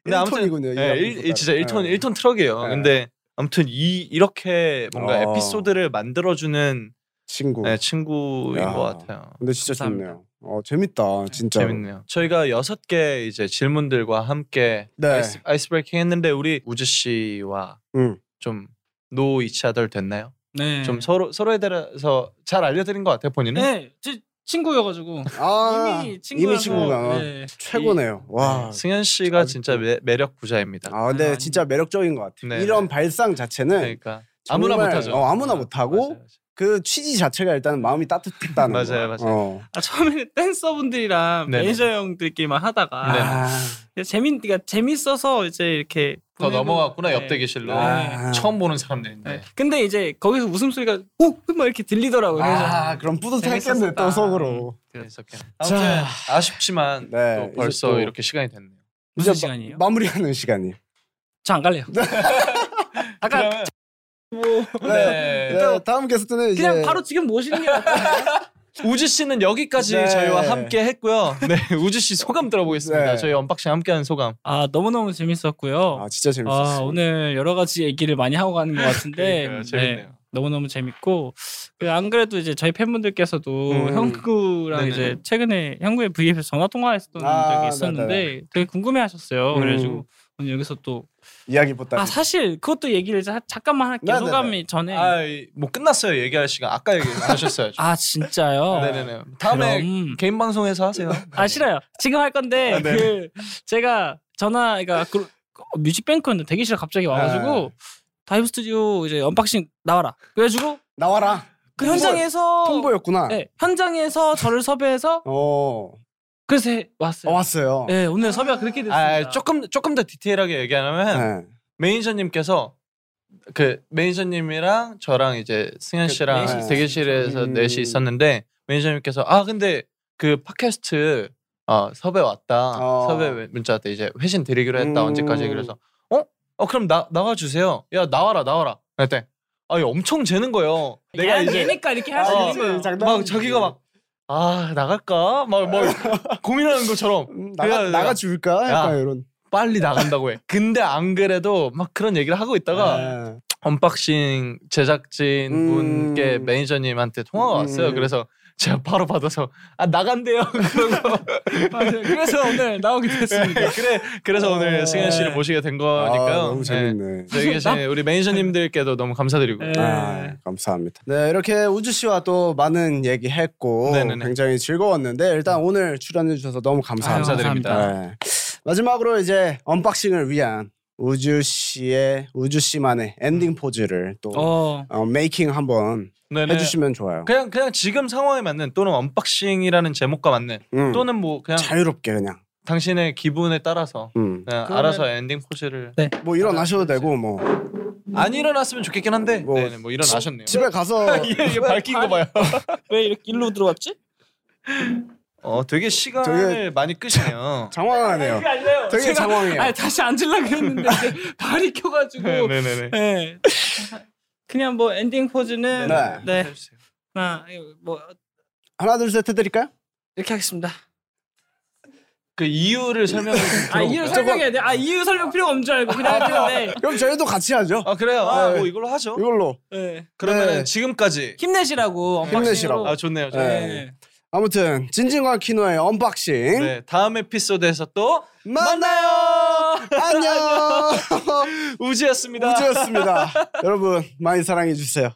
S5: 근데 아무튼-
S3: 1톤이군요.
S5: 네, 일- 진짜 1톤 1톤 트럭이에요.
S3: 네.
S5: 근데 아무튼 이 이렇게 뭔가
S3: 어.
S5: 에피소드를 만들어주는
S3: 친구.
S5: 네, 친구인
S3: 야.
S5: 것 같아요.
S3: 근데 진짜
S4: 감사합니다.
S3: 좋네요. 어, 재밌다. 진짜.
S5: 재밌네요. 저희가 여섯 개 이제 질문들과 함께
S3: 네.
S5: 아이스, 아이스브레이킹 했는데 우리 우주 씨와
S3: 음.
S5: 좀노 이치아들 됐나요?
S4: 네.
S5: 좀 서로 서로에 대해서 잘 알려드린 것 같아요 본인은.
S4: 네, 제 친구여가지고
S3: 아,
S4: 이미 친구여서
S3: 친구가.
S4: 네.
S3: 최고네요. 와.
S5: 승현 씨가
S3: 아주-
S5: 진짜 매, 매력 부자입니다.
S3: 아, 근데
S4: 아니.
S3: 진짜 매력적인 것 같아요.
S5: 네.
S3: 이런 발상 자체는
S5: 그러니까 아무나
S3: 정말-
S5: 못하죠.
S3: 어, 아무나 못하고
S5: 맞아요, 맞아요.
S3: 그 취지 자체가 일단 마음이 따뜻했다는
S5: 맞아요,
S3: 거.
S5: 맞아요.
S3: 어.
S4: 아, 처음에는 댄서분들이랑
S5: 네네.
S4: 매니저 형들끼리만 하다가
S5: 네.
S3: 아,
S4: 재밌 그러니까 재밌어서 이제 이렇게
S5: 더
S4: 보내고-
S5: 넘어갔구나
S4: 네.
S5: 옆 대기실로
S3: 아.
S5: 처음 보는 사람들인데
S4: 네. 근데 이제 거기서 웃음소리가 오막 이렇게 들리더라고요. 그래서
S3: 아, 그럼 뿌듯했겠네
S4: 재밌었었다.
S3: 또 속으로.
S5: 그랬었겠네. 아무튼 아쉽지만
S3: 네,
S5: 또
S3: 이제
S5: 벌써
S3: 또-
S5: 이렇게 시간이 됐네요.
S3: 이제
S4: 무슨
S3: 마-
S4: 시간이에요? 네.
S3: 마무리하는 시간이.
S4: 저안 갈래요. 아까
S5: 그러면-
S3: 네.
S5: 네.
S3: 네, 다음 게스트는 이제
S4: 그냥 바로 지금 모시는 게 낫다.
S5: 우주 씨는 여기까지
S3: 네.
S5: 저희와 함께 했고요. 네, 우주 씨 소감 들어보겠습니다.
S3: 네.
S5: 저희 언박싱 함께한 소감.
S4: 아 너무너무 재밌었고요.
S3: 아, 진짜
S4: 아,
S3: 재밌었어.
S4: 오늘 여러 가지 얘기를 많이 하고 가는 것 같은데
S5: 그러니까요, 재밌네요.
S4: 너무너무 재밌고 그 안 그래도 이제 저희 팬분들께서도
S3: 음.
S4: 형구랑
S5: 네네.
S4: 이제 최근에 형구의 V앱에서 전화 통화했었던
S3: 아,
S4: 적이 있었는데
S3: 네네.
S4: 되게 궁금해하셨어요.
S3: 음.
S4: 그래가지고 오늘 여기서 또 아
S3: 이야기 보따리.
S4: 사실 그것도 얘기를 자- 잠깐만 할게요.
S3: 네네네.
S4: 소감이 전에 아,
S5: 아, 이- 뭐 끝났어요. 얘기할 시간 아까 얘기 안 하셨어요.
S4: 진짜요?
S5: 아, 네네네. 다음에
S4: 그럼.
S5: 개인 방송에서 하세요.
S4: 아 싫어요. 지금 할 건데 그 제가 전화 그러니까 그, 어, 뮤직뱅크였는데 대기실 갑자기 와가지고 다이브 스튜디오 이제 언박싱 나와라. 그래가지고
S3: 나와라.
S4: 그
S3: 통보-
S4: 현장에서
S3: 통보였구나.
S4: 네, 현장에서 저를 섭외해서
S3: 어.
S4: 그래서 해-
S3: 어,
S4: 왔어요.
S3: 왔어요.
S4: 네 오늘 섭외가 그렇게 됐습니다.
S5: 아, 조금 조금 더 디테일하게 얘기하면
S4: 아,
S3: 네.
S5: 매니저님께서 그 매니저님이랑 저랑 이제 승현
S4: 그
S5: 씨랑
S4: 넷이
S5: 대기실에서
S3: 있었죠.
S5: 넷이
S3: 음.
S5: 있었는데 매니저님께서 아 근데 그 팟캐스트 어, 섭외 왔다
S3: 어.
S5: 섭외 문자 왔다 이제 회신 드리기로 했다
S3: 음.
S5: 언제까지 그래서 어? 어 그럼 나 나와 주세요 야 나와라 나와라 그랬더니 아니 엄청 재는 거예요. 내가
S4: 야,
S5: 이제
S4: 얘니까 이렇게 할 수
S3: 어.
S5: 아,
S4: 있는 거예요.
S5: 막 자기가 막 아 나갈까 막막 고민하는 것처럼
S3: 음, 나가
S5: 그래가지고
S3: 나가 줄까 약간
S5: 야.
S3: 이런
S5: 빨리 나간다고 해. 근데 안 그래도 막 그런 얘기를 하고 있다가
S3: 아,
S5: 언박싱 제작진
S3: 음.
S5: 분께 매니저님한테 통화가 왔어요.
S3: 음.
S5: 그래서 제가 바로 받아서 아 나간대요. 그러고
S4: 맞아요. 그래서 오늘 나오게 됐습니다.
S5: 그래 그래서 오늘 승현 씨를 모시게 된 거니까요.
S3: 네. 어. 아, 너무 재밌네.
S5: 네. 여기 계신 우리 매니저님들께도 너무 감사드리고
S4: 네.
S3: 아, 감사합니다. 네, 이렇게 우주 씨와 또 많은 얘기했고
S5: 네네네.
S3: 굉장히 즐거웠는데 일단 오늘 출연해 주셔서 너무 감사합니다.
S5: 아유, 감사드립니다.
S3: 네. 마지막으로 이제 언박싱을 위한 우주 씨의 우주 씨만의 엔딩 포즈를 또
S4: 어,
S3: 어, 메이킹 한번
S5: 음. 네네.
S3: 해주시면 좋아요.
S5: 그냥 그냥 지금 상황에 맞는 또는 언박싱이라는 제목과 맞는
S3: 음,
S5: 또는 뭐 그냥
S3: 자유롭게 그냥.
S5: 당신의 기분에 따라서
S3: 음.
S5: 그냥
S4: 그러면-
S5: 알아서 엔딩 포즈를
S3: 뭐 일어나셔도
S5: 네.
S3: 되고 뭐
S4: 음.
S5: 안 일어났으면 좋겠긴 한데
S3: 뭐-
S5: 네네, 뭐 일어나셨네요.
S3: 집에 가서
S5: 이게 밝힌 거 봐요.
S4: 왜 이렇게 일로 들어왔지?
S5: 어 되게 시간을
S3: 되게-
S5: 많이 끄시네요.
S3: 장황하네요. 아, 되게 장황해요.
S4: 아 다시 앉으려고 했는데 이제 발이 켜가지고.
S5: 뭐 네네네.
S4: 네. 그냥 뭐 엔딩 포즈는
S3: 네.
S4: 네. 하나 뭐
S3: 하나 둘 셋 해드릴까요?
S4: 이렇게 하겠습니다.
S5: 그 이유를 설명을 좀
S4: 아
S5: 들어볼까요?
S4: 이유 설명해야 돼. 아 이유 설명 필요가 없는 줄 알고 그냥 했는데.
S3: 그럼 저희도 같이 하죠.
S5: 아 그래요. 아,
S3: 네.
S5: 뭐 이걸로 하죠.
S3: 이걸로
S4: 네.
S5: 그러면
S3: 네.
S5: 은 지금까지
S4: 힘내시라고 언박싱으로.
S3: 힘내시라고.
S5: 아 좋네요. 좋네요.
S3: 네.
S4: 네.
S3: 아무튼 진진과 키노의 언박싱
S5: 네 다음 에피소드에서 또
S3: 만나요. 안녕.
S5: 우지였습니다.
S3: 우주였습니다. 여러분 많이 사랑해 주세요.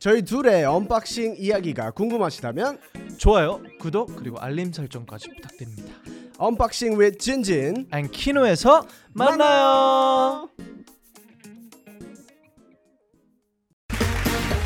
S3: 저희 둘의 언박싱 이야기가 궁금하시다면
S5: 좋아요, 구독 그리고 알림 설정까지 부탁드립니다.
S3: 언박싱 with 진진
S5: 안키노에서 만나요.